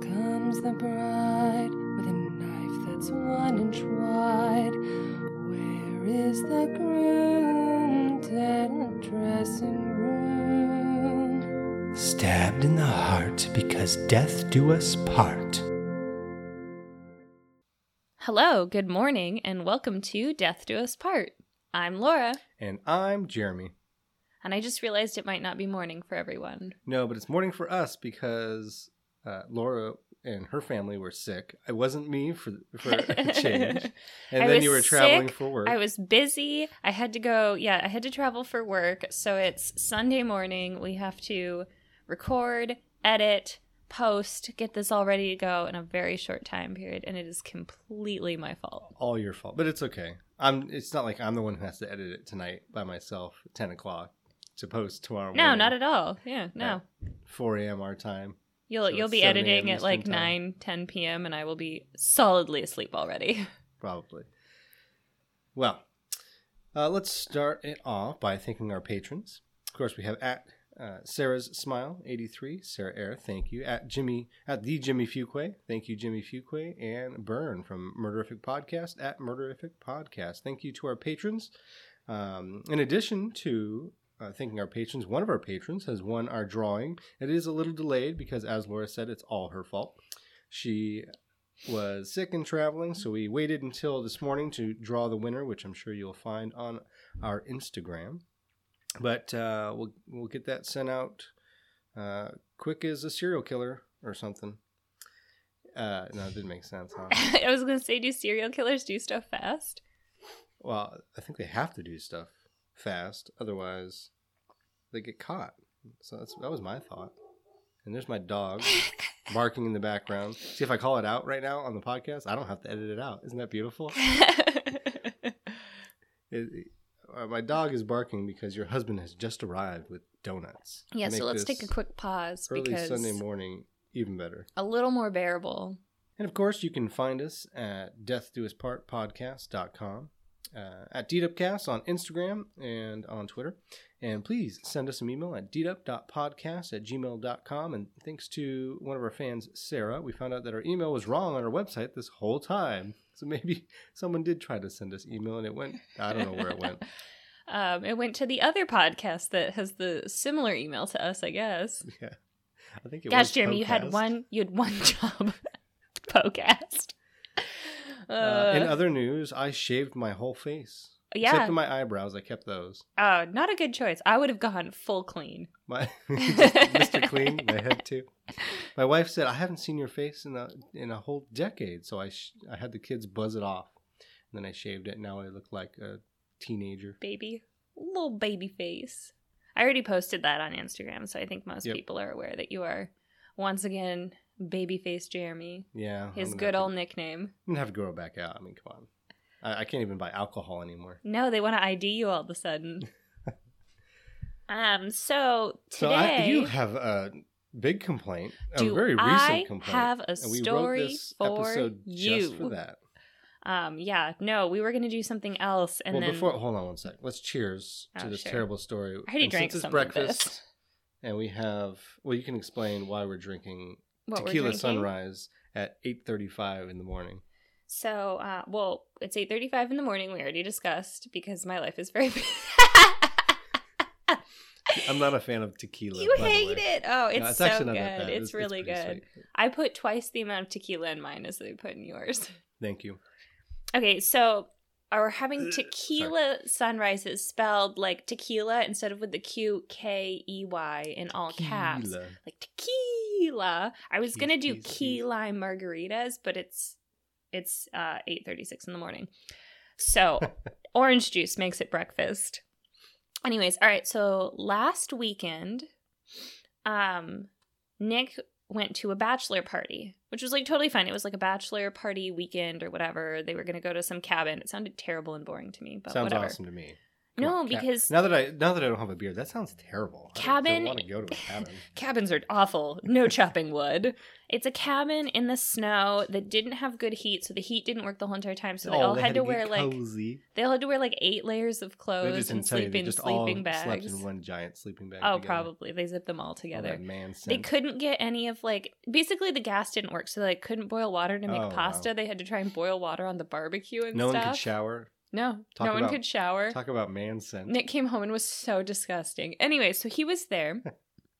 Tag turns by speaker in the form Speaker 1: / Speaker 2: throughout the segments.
Speaker 1: comes the bride with a knife that's one inch wide. Where is the groom? Dead in the dressing room.
Speaker 2: Stabbed in the heart because death do us part.
Speaker 3: Hello, good morning, and welcome to Death Do Us Part. I'm Laura,
Speaker 2: And I'm Jeremy.
Speaker 3: and I just realized it might not be morning for everyone.
Speaker 2: No, but it's morning for us because uh, Laura and her family were sick. It wasn't me for, for a change. And
Speaker 3: I
Speaker 2: then
Speaker 3: was
Speaker 2: you were traveling
Speaker 3: sick.
Speaker 2: for work.
Speaker 3: I was busy. I had to go, yeah, I had to travel for work. So it's Sunday morning. We have to record, edit, post, get this all ready to go in a very short time period, and it is completely my fault.
Speaker 2: all your fault, but it's okay. I'm. It's not like I'm the one who has to edit it tonight by myself, at ten o'clock to post tomorrow.
Speaker 3: No, not at all. Yeah, no.
Speaker 2: Right. Four a.m. our time.
Speaker 3: You'll
Speaker 2: So
Speaker 3: you'll
Speaker 2: it's
Speaker 3: be
Speaker 2: 7 a.m.
Speaker 3: editing at like
Speaker 2: Eastern time.
Speaker 3: 9, 10 p.m. and I will be solidly asleep already.
Speaker 2: probably. Well, uh, let's start it off by thanking our patrons. Of course, we have at uh, Sarah's Smile eighty three, Sarah Air, thank you. At Jimmy, at the Jimmy Fuquay, thank you, Jimmy Fuquay, and Burn from Murderific Podcast at Murderific Podcast. Thank you to our patrons. Um, in addition to uh, thanking our patrons, one of our patrons has won our drawing. It is a little delayed because, as Laura said, it's all her fault. She was sick and traveling, so we waited until this morning to draw the winner, which I'm sure you'll find on our Instagram. But uh, we'll we'll get that sent out uh, quick as a serial killer or something. Uh, no, it didn't make sense. Huh?
Speaker 3: I was gonna say, do serial killers do stuff fast?
Speaker 2: well, I think they have to do stuff fast, otherwise they get caught. So that's, that was my thought. And there's my dog barking in the background. See if I call it out right now on the podcast, I don't have to edit it out. Isn't that beautiful? It, uh, my dog is barking because your husband has just arrived with donuts.
Speaker 3: yeah,
Speaker 2: Make
Speaker 3: so let's
Speaker 2: this
Speaker 3: take a quick pause
Speaker 2: early
Speaker 3: because
Speaker 2: Sunday morning even better.
Speaker 3: a little more bearable.
Speaker 2: And of course, you can find us at deathdoispartpodcast.com, uh, at DDupcast on Instagram and on Twitter. And please send us an email at ddup.podcast at gmail.com. And thanks to one of our fans, Sarah, we found out that our email was wrong on our website this whole time. So maybe someone did try to send us email and it went, I don't know where it went.
Speaker 3: Um, it went to the other podcast that has the similar email to us, I guess.
Speaker 2: Yeah. I think it was
Speaker 3: Gosh, Jeremy, you
Speaker 2: Podcast.
Speaker 3: had one you had one job podcast. Uh,
Speaker 2: Uh, in other news, I shaved my whole face. Except
Speaker 3: yeah.
Speaker 2: for my eyebrows, I kept those.
Speaker 3: oh, not a good choice. I would have gone full clean.
Speaker 2: My Mr. Clean, my head too. My wife said, "I haven't seen your face in a in a whole decade." So I sh- I had the kids buzz it off, and then I shaved it. Now I look like a teenager.
Speaker 3: baby little baby face i already posted that on instagram so i think most
Speaker 2: Yep.
Speaker 3: people are aware that you are once again baby face jeremy
Speaker 2: Yeah, I'm
Speaker 3: his
Speaker 2: gonna
Speaker 3: good
Speaker 2: have to-
Speaker 3: old nickname
Speaker 2: I'm gonna have to grow it back out. I mean, come on, I, I can't even buy alcohol anymore.
Speaker 3: no they want to id you all of a sudden um so today
Speaker 2: So I, you have a big complaint, a
Speaker 3: do
Speaker 2: very
Speaker 3: I
Speaker 2: recent complaint.
Speaker 3: have a
Speaker 2: and we
Speaker 3: story
Speaker 2: wrote this
Speaker 3: for
Speaker 2: episode
Speaker 3: you
Speaker 2: just for that.
Speaker 3: um yeah no we were gonna do something else and
Speaker 2: well,
Speaker 3: then
Speaker 2: before hold on one sec. Let's cheers to
Speaker 3: Oh,
Speaker 2: this
Speaker 3: sure.
Speaker 2: terrible story.
Speaker 3: I already
Speaker 2: And
Speaker 3: drank
Speaker 2: since it's
Speaker 3: some of this.
Speaker 2: and we have. Well, you can explain why we're drinking
Speaker 3: what we're
Speaker 2: tequila
Speaker 3: drinking.
Speaker 2: sunrise at eight thirty-five in the morning.
Speaker 3: So, uh, well, it's eight thirty-five in the morning. We already discussed because my life is very.
Speaker 2: I'm not a fan of tequila.
Speaker 3: you
Speaker 2: by the
Speaker 3: hate
Speaker 2: way.
Speaker 3: it. Oh, it's,
Speaker 2: No,
Speaker 3: so
Speaker 2: actually
Speaker 3: good.
Speaker 2: not that bad.
Speaker 3: It's, really
Speaker 2: pretty
Speaker 3: good.
Speaker 2: sweet.
Speaker 3: I put twice the amount of tequila in mine as they put in yours.
Speaker 2: Thank you.
Speaker 3: Okay, so uh, we're having
Speaker 2: Ugh,
Speaker 3: tequila sunrises spelled like tequila instead of with the Q K E Y in all caps,
Speaker 2: Tequila.
Speaker 3: like tequila. I was
Speaker 2: Keys,
Speaker 3: gonna do
Speaker 2: keys,
Speaker 3: key
Speaker 2: keys.
Speaker 3: lime margaritas, but it's it's uh, eight thirty six in the morning, so orange juice makes it breakfast. Anyways, all right. So last weekend, um, Nick went to a bachelor party, which was like totally fine. It was like a bachelor party weekend or whatever. They were gonna go to some cabin. It sounded terrible and boring to me, but
Speaker 2: Sounds
Speaker 3: whatever.
Speaker 2: awesome to me. Come
Speaker 3: No,
Speaker 2: on, cab-
Speaker 3: because-
Speaker 2: now that I now that I don't have a beard, that sounds terrible. I don't-
Speaker 3: Cabin-
Speaker 2: I want to go to a cabin.
Speaker 3: Cabins are awful. No chopping wood. It's a cabin in the snow that didn't have good heat, so the heat didn't work the whole entire time. So they
Speaker 2: Oh,
Speaker 3: all had, to,
Speaker 2: get
Speaker 3: wear like
Speaker 2: cozy.
Speaker 3: they all had to wear like eight layers of
Speaker 2: They
Speaker 3: clothes
Speaker 2: just
Speaker 3: and
Speaker 2: didn't tell you.
Speaker 3: sleep
Speaker 2: They
Speaker 3: in
Speaker 2: just
Speaker 3: sleeping
Speaker 2: all
Speaker 3: bags.
Speaker 2: slept in one giant sleeping bag.
Speaker 3: oh,
Speaker 2: together.
Speaker 3: probably they zipped them all
Speaker 2: All
Speaker 3: together.
Speaker 2: Oh, that man
Speaker 3: They
Speaker 2: scent.
Speaker 3: couldn't get any of like basically the gas didn't work, so they like, couldn't boil water to make
Speaker 2: Oh, wow.
Speaker 3: pasta. They had to try and boil water on the barbecue and
Speaker 2: No
Speaker 3: stuff.
Speaker 2: one could shower.
Speaker 3: No,
Speaker 2: Talk
Speaker 3: no one
Speaker 2: about-
Speaker 3: could shower.
Speaker 2: Talk about man scent.
Speaker 3: Nick came home and was so disgusting. Anyway, so he was there.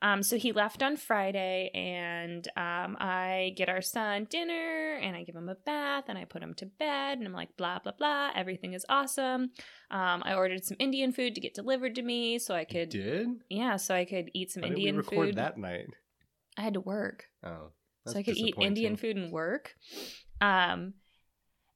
Speaker 3: Um, so he left on Friday, and um, I get our son dinner, and I give him a bath, and I put him to bed, and I'm like, blah blah blah, everything is awesome. Um, I ordered some Indian food to get delivered to me, so I
Speaker 2: You
Speaker 3: could,
Speaker 2: did?
Speaker 3: yeah, so I could eat some
Speaker 2: Why didn't we
Speaker 3: Indian
Speaker 2: record
Speaker 3: food.
Speaker 2: that night?
Speaker 3: I had to work
Speaker 2: Oh,
Speaker 3: so I could eat Indian food and work. Um,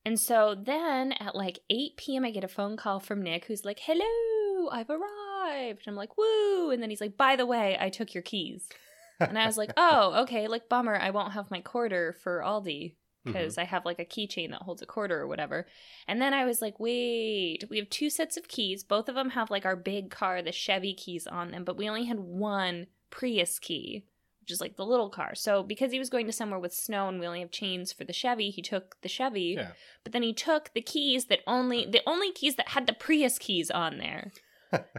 Speaker 3: and so then at like 8 p.m., I get a phone call from Nick who's like, hello, I've arrived. I'm like, woo. And then he's like, by the way, I took your keys. And I was like, oh, okay, like, bummer. I won't have my quarter for Aldi
Speaker 2: Mm-hmm.
Speaker 3: because I have like a keychain that holds a quarter or whatever. And then I was like, wait, we have two sets of keys. Both of them have like our big car, the Chevy keys on them, but we only had one Prius key, which is like the little car. So because he was going to somewhere with snow and we only have chains for the Chevy, he took the Chevy.
Speaker 2: Yeah.
Speaker 3: But then he took the keys that only the only keys that had the Prius keys on there.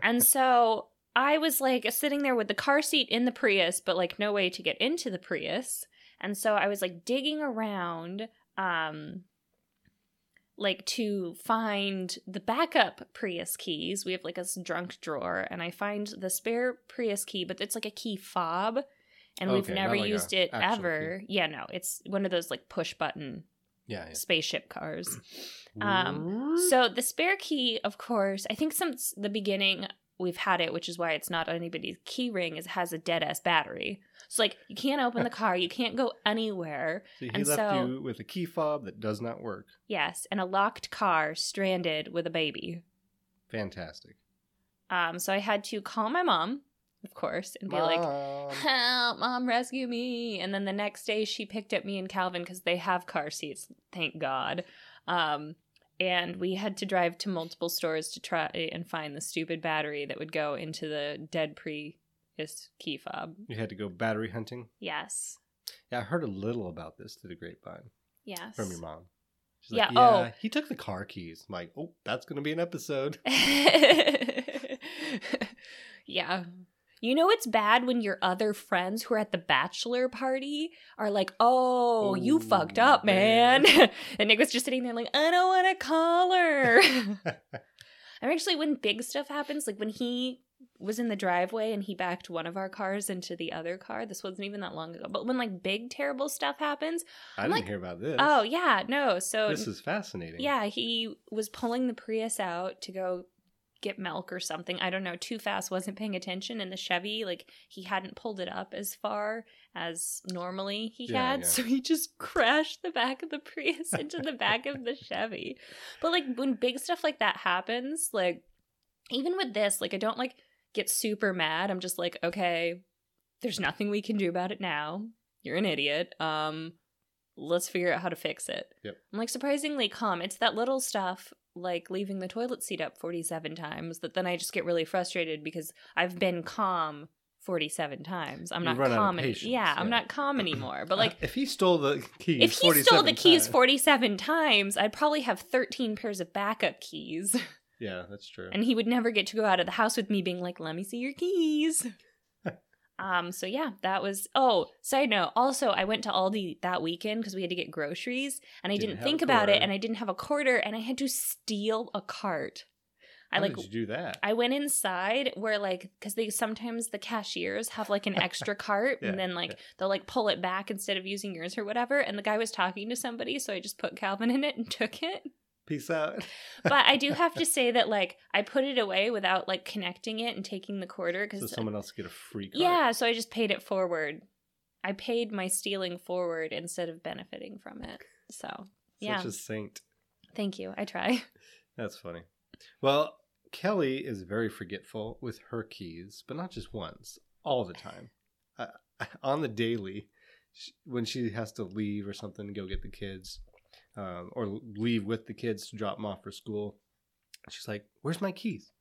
Speaker 3: and so I was like sitting there with the car seat in the Prius, but like no way to get into the Prius. And so I was like digging around um like to find the backup Prius keys. We have like a s- drunk drawer and I find the spare Prius key, but it's like a key fob and
Speaker 2: Okay,
Speaker 3: we've
Speaker 2: not
Speaker 3: never
Speaker 2: like a
Speaker 3: used it
Speaker 2: actual
Speaker 3: ever. Yeah, no, it's one of those like push button
Speaker 2: Yeah.
Speaker 3: spaceship cars.
Speaker 2: yeah.
Speaker 3: Um, So the spare key, of course, I think since the beginning we've had it, which is why it's not anybody's key ring, is it has a dead ass battery. So like you can't open the car, you can't go anywhere.
Speaker 2: So he
Speaker 3: and
Speaker 2: left
Speaker 3: so-
Speaker 2: you with a key fob that does not work.
Speaker 3: Yes, and a locked car stranded with a baby.
Speaker 2: Fantastic.
Speaker 3: Um, so I had to call my mom, of course, and be like,
Speaker 2: Mom.
Speaker 3: "Help, mom, rescue me!" And then the next day, she picked up me and Calvin because they have car seats, thank God. Um, and we had to drive to multiple stores to try and find the stupid battery that would go into the dead Prius key fob.
Speaker 2: you had to go battery hunting.
Speaker 3: Yes,
Speaker 2: Yeah, I heard a little about this through the grapevine
Speaker 3: yes.
Speaker 2: from your mom. She's like,
Speaker 3: Yeah, oh.
Speaker 2: yeah, he took the car keys. I'm like, oh, that's going to be an episode.
Speaker 3: yeah. You know it's bad when your other friends who are at the bachelor party are like, "Oh, you
Speaker 2: Oh,
Speaker 3: fucked up, man," and Nick was just sitting there like, "I don't want to call her." I'm actually when big stuff happens, like when he was in the driveway and he backed one of our cars into the other car. This wasn't even that long ago, but when like big terrible stuff happens,
Speaker 2: I didn't
Speaker 3: like,
Speaker 2: hear about this.
Speaker 3: oh yeah, no. So
Speaker 2: This is fascinating.
Speaker 3: yeah, he was pulling the Prius out to go get milk or something. I don't know, too fast, wasn't paying attention. And the Chevy, like, he hadn't pulled it up as far as normally he
Speaker 2: Yeah,
Speaker 3: had.
Speaker 2: yeah.
Speaker 3: So he just crashed the back of the Prius into the back of the Chevy. But, like, when big stuff like that happens, like, even with this, like, I don't, like, get super mad. I'm just like, okay, there's nothing we can do about it now. You're an idiot. Um, let's figure out how to fix it.
Speaker 2: Yep.
Speaker 3: I'm like surprisingly calm. It's that little stuff like leaving the toilet seat up 47 times that then I just get really frustrated because I've been calm 47 times. I'm
Speaker 2: You
Speaker 3: not
Speaker 2: run out of
Speaker 3: calm. any-
Speaker 2: patience,
Speaker 3: yeah, I'm
Speaker 2: yeah.
Speaker 3: not calm anymore. But like
Speaker 2: Uh, if he stole the keys,
Speaker 3: if he stole the
Speaker 2: 47
Speaker 3: keys
Speaker 2: times-
Speaker 3: 47 times, I'd probably have 13 pairs of backup keys
Speaker 2: yeah, that's true.
Speaker 3: and he would never get to go out of the house with me being like let me see your keys um so yeah that was oh side note also i went to aldi that weekend because we had to get groceries and i
Speaker 2: Didn't
Speaker 3: didn't,
Speaker 2: have a
Speaker 3: think about it
Speaker 2: quarter.
Speaker 3: and i didn't have a quarter and i had to steal a cart i
Speaker 2: How
Speaker 3: like
Speaker 2: did you do that?
Speaker 3: I went inside where like because they sometimes the cashiers have like an extra cart
Speaker 2: Yeah,
Speaker 3: and then like
Speaker 2: yeah.
Speaker 3: they'll like pull it back instead of using yours or whatever. And the guy was talking to somebody, so I just put Calvin in it and took it
Speaker 2: Peace out.
Speaker 3: but I do have to say that like I put it away without like connecting it and taking the quarter
Speaker 2: So
Speaker 3: because
Speaker 2: someone else get a free card.
Speaker 3: yeah, so I just paid it forward. I paid my stealing forward instead of benefiting from it. So yeah,
Speaker 2: Such a saint.
Speaker 3: thank you. I try.
Speaker 2: That's funny. Well, Kelly is very forgetful with her keys, but not just once, all the time. Uh, on the daily, sh when she has to leave or something, go get the kids, um, or leave with the kids to drop them off for school, She's like, "Where's my keys?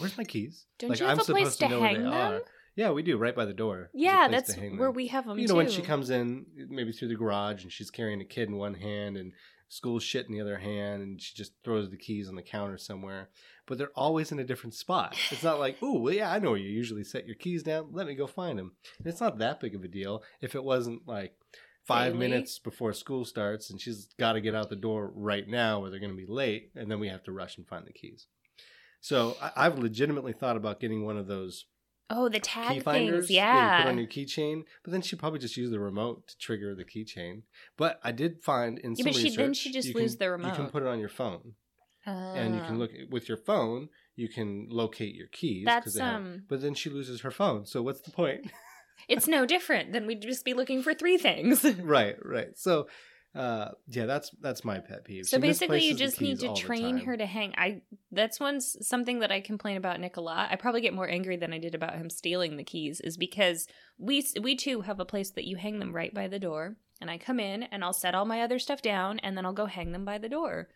Speaker 2: Where's my keys?
Speaker 3: Don't
Speaker 2: like
Speaker 3: you have a place to hang them?
Speaker 2: Yeah, we do right by the door. There's a
Speaker 3: Yeah,
Speaker 2: place
Speaker 3: that's
Speaker 2: to hang
Speaker 3: where
Speaker 2: them.
Speaker 3: we have them
Speaker 2: You know, when she
Speaker 3: too.
Speaker 2: comes in, maybe through the garage, and she's carrying a kid in one hand and school shit in the other hand, and she just throws the keys on the counter somewhere. But they're always in a different spot. It's not like, oh, well, yeah, I know where you usually set your keys down. Let me go find them. And it's not that big of a deal if it wasn't like five
Speaker 3: Daily.
Speaker 2: minutes before school starts, and she's got to get out the door right now, or they're going to be late, and then we have to rush and find the keys. So I- I've legitimately thought about getting one of those
Speaker 3: Oh,
Speaker 2: key
Speaker 3: the tag
Speaker 2: finders
Speaker 3: things.
Speaker 2: that you
Speaker 3: Yeah.
Speaker 2: put on your keychain. But then she probably just used the remote to trigger the keychain. But I did find in
Speaker 3: Yeah,
Speaker 2: some
Speaker 3: but she-
Speaker 2: research,
Speaker 3: then she just
Speaker 2: you
Speaker 3: lose
Speaker 2: can-
Speaker 3: the
Speaker 2: You can
Speaker 3: remote.
Speaker 2: put it on your phone, and you
Speaker 3: Ah.
Speaker 2: can look with your phone. You can locate your keys. 'cause
Speaker 3: That's,
Speaker 2: they have-
Speaker 3: um,
Speaker 2: But then she loses her phone. So what's the point?
Speaker 3: It's no different than we'd just be looking for three things.
Speaker 2: right, right. So, uh, yeah, that's that's my pet peeve.
Speaker 3: So
Speaker 2: She
Speaker 3: basically, you
Speaker 2: misplaces the
Speaker 3: just need
Speaker 2: keys all
Speaker 3: to
Speaker 2: the
Speaker 3: train
Speaker 2: time.
Speaker 3: her to hang. I that's one s- something that I complain about Nick a lot. I probably get more angry than I did about him stealing the keys, is because we s- we too have a place that you hang them right by the door, and I come in and I'll set all my other stuff down, and then I'll go hang them by the door.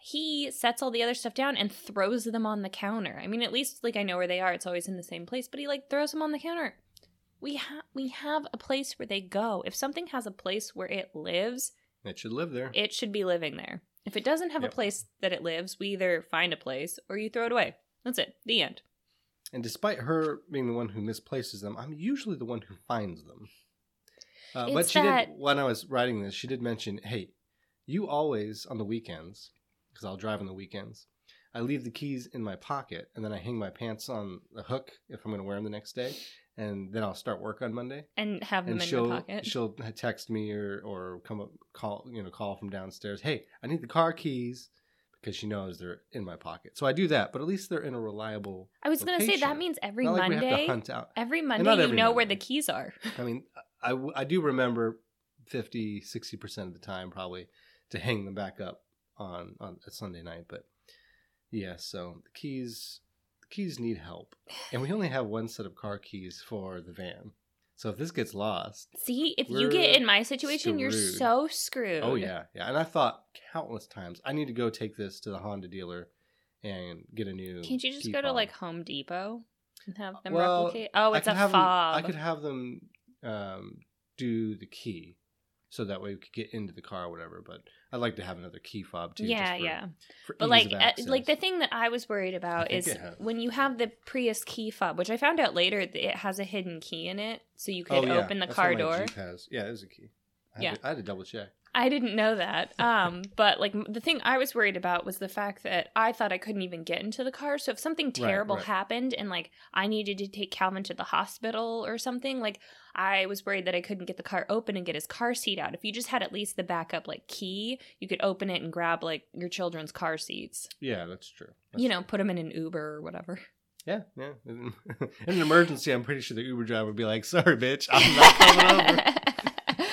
Speaker 3: He sets all the other stuff down and throws them on the counter. I mean, at least like I know where they are; it's always in the same place. But he like throws them on the counter. We have we have a place where they go. If something has a place where it lives,
Speaker 2: It should live there.
Speaker 3: it should be living there. If it doesn't have
Speaker 2: Yep.
Speaker 3: a place that it lives, we either find a place or you throw it away. That's it. The end.
Speaker 2: And despite her being the one who misplaces them, I'm usually the one who finds them. Uh, but
Speaker 3: It's
Speaker 2: she
Speaker 3: that-
Speaker 2: did, when I was writing this, she did mention, hey, you always, on the weekends, because I'll drive on the weekends, I leave the keys in my pocket and then I hang my pants on the hook if I'm going to wear them the next day. And then I'll start work on Monday.
Speaker 3: And have them
Speaker 2: And
Speaker 3: in your
Speaker 2: she'll
Speaker 3: pocket.
Speaker 2: she'll text me or or come up call you know call from downstairs. Hey, I need the car keys because she knows they're in my pocket. So I do that, but at least they're in a reliable.
Speaker 3: I was going to say that
Speaker 2: location.
Speaker 3: means every
Speaker 2: Not like we have
Speaker 3: Monday.
Speaker 2: to hunt out.
Speaker 3: Every
Speaker 2: not
Speaker 3: Monday, you
Speaker 2: every
Speaker 3: know where the
Speaker 2: Monday.
Speaker 3: keys are.
Speaker 2: I mean, I, I do remember 50, 60% of the time probably to hang them back up on, on a Sunday night. But yeah, so the keys, the keys need help. And we only have one set of car keys for the van. So if this gets lost,
Speaker 3: See, if you get
Speaker 2: We're
Speaker 3: in my situation, you're
Speaker 2: screwed.
Speaker 3: so screwed.
Speaker 2: oh yeah, yeah. And I thought countless times, I need to go take this to the Honda dealer and get a new.
Speaker 3: Can't you just
Speaker 2: key
Speaker 3: go to
Speaker 2: fob.
Speaker 3: like Home Depot and have them
Speaker 2: Well,
Speaker 3: replicate? Oh, it's
Speaker 2: I
Speaker 3: a
Speaker 2: could have
Speaker 3: fob.
Speaker 2: Them, I could have them um, do the key, so that way we could get into the car or whatever. But I'd like to have another key fob too. just
Speaker 3: yeah,
Speaker 2: for-
Speaker 3: yeah.
Speaker 2: for
Speaker 3: But
Speaker 2: ease
Speaker 3: like,
Speaker 2: of
Speaker 3: uh, like the
Speaker 2: access.
Speaker 3: thing that I was worried about
Speaker 2: think
Speaker 3: is
Speaker 2: it has.
Speaker 3: when you have the Prius key fob, which I found out later that it has a hidden key in it, so you
Speaker 2: Oh,
Speaker 3: could
Speaker 2: yeah,
Speaker 3: open the
Speaker 2: that's
Speaker 3: car
Speaker 2: what my
Speaker 3: door.
Speaker 2: Jeep has. Yeah, it is a key. I
Speaker 3: Yeah.
Speaker 2: had to, I had to double check.
Speaker 3: I didn't know that. Um, but like m- the thing I was worried about was the fact that I thought I couldn't even get into the car. So if something terrible
Speaker 2: right.
Speaker 3: happened and like I needed to take Calvin to the hospital or something, like I was worried that I couldn't get the car open and get his car seat out. If you just had at least the backup like key, you could open it and grab like your children's car seats.
Speaker 2: Yeah, that's true. That's
Speaker 3: You know,
Speaker 2: true.
Speaker 3: put them in an Uber or whatever.
Speaker 2: Yeah, yeah. In an emergency, I'm pretty sure the Uber driver would be like, "Sorry, bitch, I'm not coming over."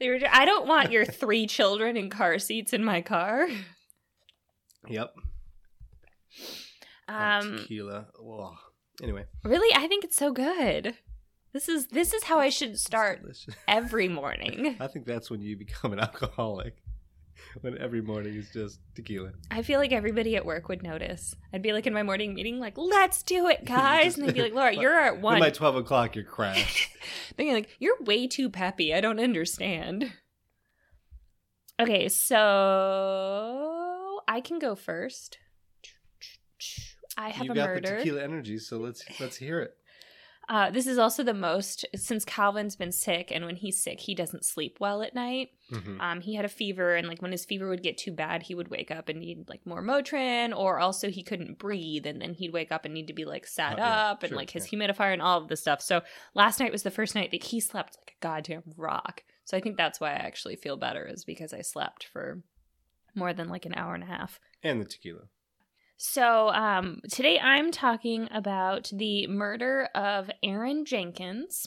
Speaker 3: they were. I don't want your three children in car seats in my car.
Speaker 2: Yep. Hot
Speaker 3: Um,
Speaker 2: tequila. Ugh. Anyway, it's
Speaker 3: really, I think it's so good. This is this is how I should start
Speaker 2: delicious.
Speaker 3: every morning.
Speaker 2: I think that's when you become an alcoholic. When every morning is just tequila.
Speaker 3: I feel like everybody at work would notice. I'd be like in my morning meeting, like, "Let's do it, guys," and they'd be like, "Laura, you're at
Speaker 2: Then
Speaker 3: one."
Speaker 2: by twelve o'clock, you're crashed.
Speaker 3: They're like, "You're way too peppy. I don't understand." Okay, so I can go first. I have
Speaker 2: you
Speaker 3: a
Speaker 2: got
Speaker 3: murder.
Speaker 2: the tequila energy, so let's let's hear it.
Speaker 3: Uh, this is also the most since Calvin's been sick, and when he's sick, he doesn't sleep well at night.
Speaker 2: Mm-hmm.
Speaker 3: Um, he had a fever, and like when his fever would get too bad, he would wake up and need like more Motrin, or also he couldn't breathe, and then he'd wake up and need to be like sat
Speaker 2: Oh, yeah,
Speaker 3: up and
Speaker 2: sure,
Speaker 3: like his humidifier and all of this stuff. So last night was the first night that he slept like a goddamn rock. So I think that's why I actually feel better is because I slept for more than like an hour and a half.
Speaker 2: And the tequila.
Speaker 3: So um, today I'm talking about the murder of Aaron Jenkins,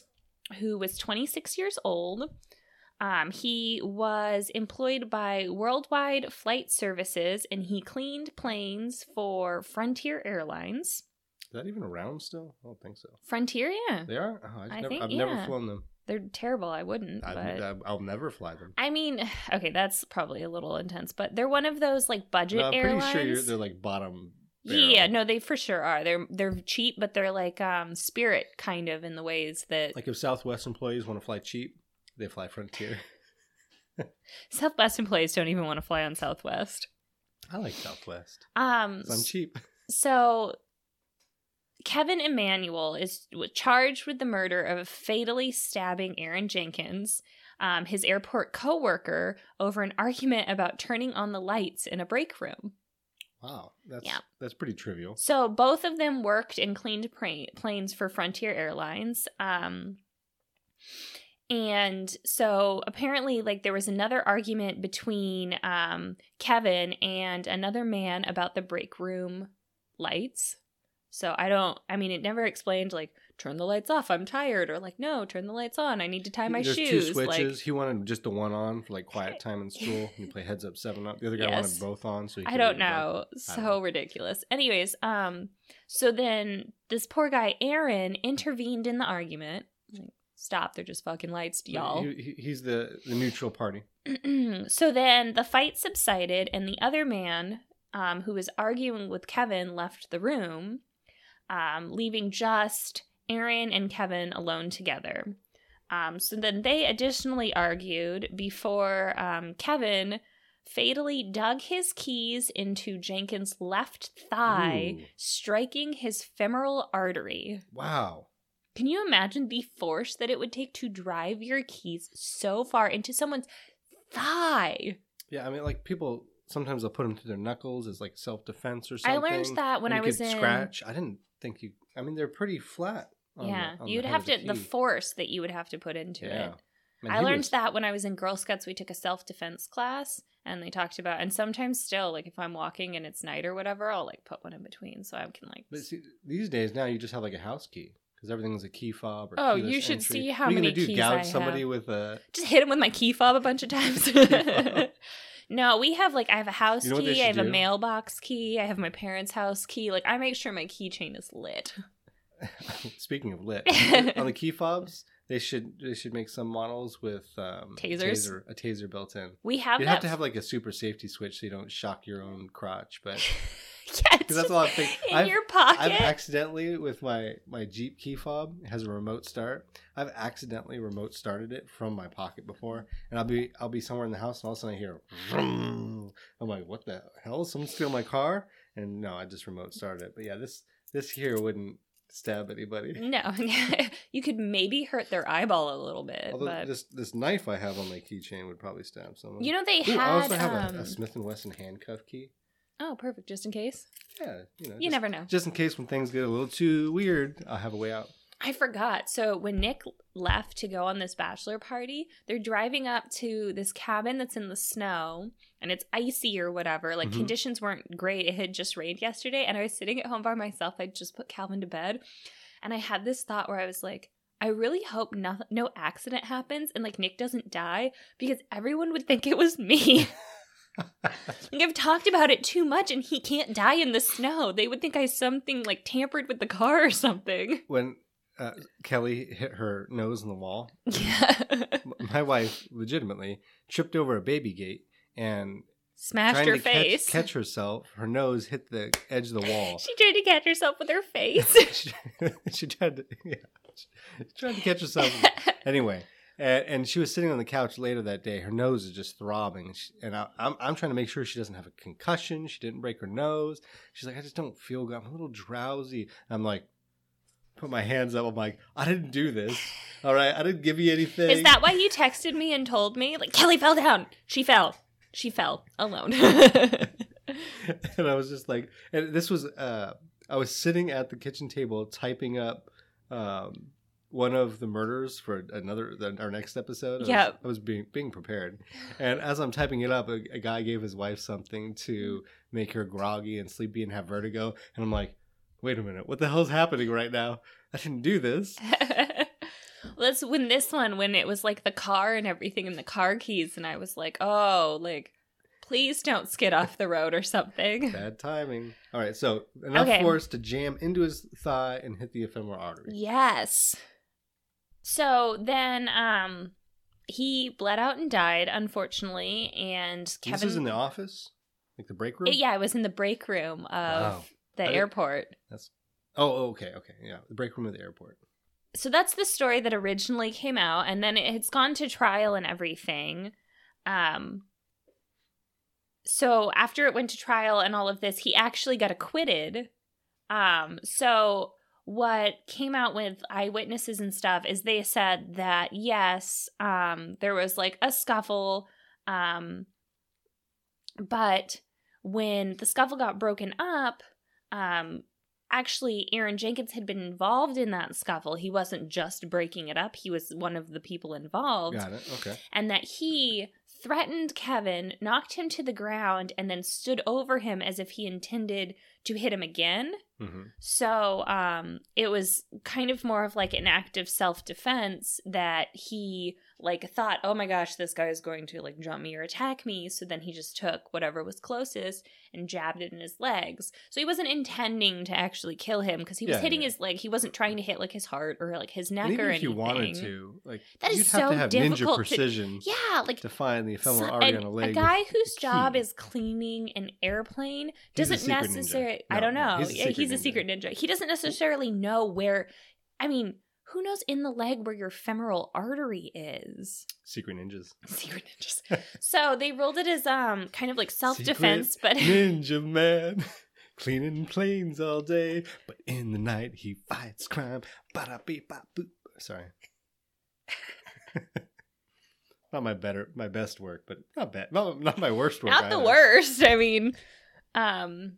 Speaker 3: who was 26 years old. Um, he was employed by Worldwide Flight Services and he cleaned planes for Frontier Airlines.
Speaker 2: Is that even around still? I don't think so.
Speaker 3: Frontier, yeah.
Speaker 2: They are. Oh, I just
Speaker 3: I
Speaker 2: never,
Speaker 3: think-
Speaker 2: I've never
Speaker 3: yeah.
Speaker 2: flown them.
Speaker 3: They're terrible. I wouldn't.
Speaker 2: I,
Speaker 3: but...
Speaker 2: I, I'll never fly them.
Speaker 3: I mean, okay, that's probably a little intense, but they're one of those like budget
Speaker 2: No, I'm pretty
Speaker 3: airlines.
Speaker 2: sure you're, they're like bottom
Speaker 3: Yeah,
Speaker 2: barrel.
Speaker 3: no, they for sure are. They're they're cheap, but they're like um spirit kind of in the ways that
Speaker 2: Like if Southwest employees want to fly cheap, they fly Frontier.
Speaker 3: Southwest employees don't even want to fly on Southwest.
Speaker 2: I like Southwest.
Speaker 3: Um
Speaker 2: 'cause I'm cheap.
Speaker 3: So Kevin Emanuel is w- charged with the murder of fatally stabbing Aaron Jenkins, um, his airport coworker, over an argument about turning on the lights in a break room.
Speaker 2: Wow, that's
Speaker 3: Yeah.
Speaker 2: that's pretty trivial.
Speaker 3: So both of them worked and cleaned pra- planes for Frontier Airlines. Um, and so apparently, like, there was another argument between um, Kevin and another man about the break room lights. So I don't, I mean, it never explained, like, turn the lights off, I'm tired, or like, no, turn the lights on, I need to tie my
Speaker 2: There's
Speaker 3: shoes.
Speaker 2: two
Speaker 3: Like,
Speaker 2: switches. he wanted just the one on for like quiet time in school. You play heads up, seven up. The other guy
Speaker 3: Yes.
Speaker 2: wanted both on, so he
Speaker 3: I
Speaker 2: could read both.
Speaker 3: don't know.
Speaker 2: I
Speaker 3: So
Speaker 2: don't know.
Speaker 3: ridiculous. Anyways, um, so then this poor guy Aaron intervened in the argument. Like, Stop! They're just fucking lights, y'all.
Speaker 2: He- he- he's the the neutral party.
Speaker 3: so then the fight subsided, and the other man, um, who was arguing with Kevin, left the room, um, leaving just Aaron and Kevin alone together. Um, so then they additionally argued before um, Kevin fatally dug his keys into Jenkins' left thigh,
Speaker 2: Ooh.
Speaker 3: striking his femoral artery.
Speaker 2: Wow.
Speaker 3: Can you imagine the force that it would take to drive your keys so far into someone's thigh?
Speaker 2: Yeah, I mean, like people sometimes they'll put them through their knuckles as like self defense or
Speaker 3: I
Speaker 2: something.
Speaker 3: learned that when
Speaker 2: And
Speaker 3: I
Speaker 2: you
Speaker 3: was
Speaker 2: could
Speaker 3: in
Speaker 2: scratch. I didn't think you. I mean, they're pretty flat. on the-
Speaker 3: yeah,
Speaker 2: on the
Speaker 3: you'd
Speaker 2: head
Speaker 3: have
Speaker 2: of
Speaker 3: to the
Speaker 2: key.
Speaker 3: force that you would have to put into it.
Speaker 2: Man,
Speaker 3: I
Speaker 2: he
Speaker 3: learned
Speaker 2: was-
Speaker 3: that when I was in Girl Scouts. We took a self defense class, and they talked about, and sometimes still, like if I'm walking and it's night or whatever, I'll like put one in between so I can like.
Speaker 2: But see, these days now you just have like a house key because everything's a key fob. Or
Speaker 3: Oh, you
Speaker 2: keyless
Speaker 3: should
Speaker 2: entry.
Speaker 3: see how
Speaker 2: What are you
Speaker 3: many
Speaker 2: gonna do,
Speaker 3: keys
Speaker 2: Gouge
Speaker 3: I
Speaker 2: somebody
Speaker 3: have.
Speaker 2: with a.
Speaker 3: just hit him with my key fob a bunch of times.
Speaker 2: fob.
Speaker 3: no, we have like I have a house
Speaker 2: You know what they
Speaker 3: key, I have
Speaker 2: should
Speaker 3: a
Speaker 2: do?
Speaker 3: mailbox key, I have my parents' house key. Like I make sure my keychain is lit.
Speaker 2: Speaking of lit, on the key fobs, they should they should make some models with um,
Speaker 3: Tasers?
Speaker 2: taser, a taser built in.
Speaker 3: We have
Speaker 2: You'd
Speaker 3: that.
Speaker 2: have to have like a super safety switch so you don't shock your own crotch, but
Speaker 3: yeah, it's
Speaker 2: Because that's
Speaker 3: just
Speaker 2: all I'm thinking.
Speaker 3: in
Speaker 2: I've-
Speaker 3: your pocket.
Speaker 2: I've accidentally with my my Jeep key fob it has a remote start. I've accidentally remote started it from my pocket before, and I'll be I'll be somewhere in the house, and all of a sudden I hear, vroom. I'm like, what the hell? Someone steal my car? And no, I just remote started it. But yeah, this this here wouldn't stab anybody.
Speaker 3: No, you could maybe hurt their eyeball a little bit,
Speaker 2: Although
Speaker 3: but
Speaker 2: this this knife I have on my keychain would probably stab someone.
Speaker 3: you know they
Speaker 2: Ooh,
Speaker 3: had.
Speaker 2: I also have
Speaker 3: um,
Speaker 2: a, a Smith and Wesson handcuff key.
Speaker 3: oh, perfect, just in case.
Speaker 2: Yeah, you know,
Speaker 3: you
Speaker 2: just,
Speaker 3: never know.
Speaker 2: just in case when things get a little too weird, I'll have a way out.
Speaker 3: I forgot. So when Nick left to go on this bachelor party, they're driving up to this cabin that's in the snow and it's icy or whatever. Like
Speaker 2: Mhm.
Speaker 3: conditions weren't great. It had just rained yesterday and I was sitting at home by myself. I just put Calvin to bed and I had this thought where I was like, I really hope no, no accident happens and like Nick doesn't die because everyone would think it was me. Like I've talked about it too much and he can't die in the snow. They would think I something like tampered with the car or something.
Speaker 2: when uh, Kelly hit her nose in the wall,
Speaker 3: Yeah.
Speaker 2: m- my wife legitimately tripped over a baby gate and
Speaker 3: Smashed
Speaker 2: trying
Speaker 3: her
Speaker 2: to catch-
Speaker 3: face.
Speaker 2: Catch, herself, her nose hit the edge of the wall.
Speaker 3: she tried to catch herself with her face.
Speaker 2: she, she tried to, yeah, she tried to catch herself. anyway. And, and she was sitting on the couch later that day. Her nose is just throbbing, and, she, and I, I'm, I'm trying to make sure she doesn't have a concussion. She didn't break her nose. She's like, I just don't feel good. I'm a little drowsy. And I'm like, put my hands up. I'm like, I didn't do this. All right, I didn't give you anything.
Speaker 3: Is that why you texted me and told me? Like, Kelly fell down. She fell. She fell alone.
Speaker 2: and I was just like, and this was, uh, I was sitting at the kitchen table typing up um, one of the murders for another, the, our next episode. I was-
Speaker 3: Yep.
Speaker 2: I was being, being prepared. And as I'm typing it up, a, a guy gave his wife something to
Speaker 3: Mm-hmm.
Speaker 2: make her groggy and sleepy and have vertigo. And I'm like, wait a minute, what the hell's happening right now? I didn't do this.
Speaker 3: That's when this one, when it was like the car and everything and the car keys, and I was like, oh, like, please don't skid off the road or something.
Speaker 2: Bad timing. All right, so enough
Speaker 3: Okay.
Speaker 2: force to jam into his thigh and hit the ephemeral artery.
Speaker 3: Yes. So then um he bled out and died, unfortunately, and Kevin
Speaker 2: This is in the office, like the break room.
Speaker 3: Yeah, I was in the break room of
Speaker 2: Mm-hmm. Wow.
Speaker 3: the
Speaker 2: I-
Speaker 3: airport.
Speaker 2: Oh, okay, okay, yeah. The break room at the airport.
Speaker 3: so that's the story that originally came out and then it's gone to trial and everything um so after it went to trial and all of this he actually got acquitted um so what came out with eyewitnesses and stuff is they said that yes um there was like a scuffle um but when the scuffle got broken up um actually Aaron Jenkins had been involved in that scuffle. He wasn't just breaking it up, he was one of the people involved.
Speaker 2: Got it. Okay.
Speaker 3: And that he threatened Kevin, knocked him to the ground, and then stood over him as if he intended to hit him again.
Speaker 2: hmm
Speaker 3: So um, it was kind of more of like an act of self defense that he like thought, oh my gosh, this guy is going to like jump me or attack me. So then he just took whatever was closest and jabbed it in his legs. So he wasn't intending to actually kill him because he was
Speaker 2: Yeah,
Speaker 3: hitting
Speaker 2: yeah.
Speaker 3: his leg. He wasn't trying to hit like his heart or like his neck
Speaker 2: And even
Speaker 3: or
Speaker 2: if
Speaker 3: anything.
Speaker 2: you wanted to, like,
Speaker 3: That is
Speaker 2: you'd have
Speaker 3: so
Speaker 2: to have
Speaker 3: difficult
Speaker 2: ninja
Speaker 3: to-
Speaker 2: precision to,
Speaker 3: Yeah, like
Speaker 2: find the ephemeral
Speaker 3: so-
Speaker 2: artery
Speaker 3: an-
Speaker 2: on a leg.
Speaker 3: a
Speaker 2: with
Speaker 3: guy
Speaker 2: a
Speaker 3: whose
Speaker 2: key.
Speaker 3: job is cleaning an airplane
Speaker 2: He's a
Speaker 3: doesn't
Speaker 2: secret ninja.
Speaker 3: necessarily. I
Speaker 2: No,
Speaker 3: don't
Speaker 2: no,
Speaker 3: know.
Speaker 2: he's a
Speaker 3: Yeah,
Speaker 2: secret
Speaker 3: he's a
Speaker 2: ninja.
Speaker 3: secret ninja. He doesn't necessarily know where. I mean, who knows in the leg where your femoral artery is?
Speaker 2: secret ninjas.
Speaker 3: Secret ninjas. so they rolled it as um kind of like self defense, but
Speaker 2: Ninja man, cleaning planes all day, but in the night he fights crime. Bada beep bop boop. Sorry. not my better, my best work, but not bad. Not, not my worst work.
Speaker 3: not the
Speaker 2: either.
Speaker 3: worst. I mean, um.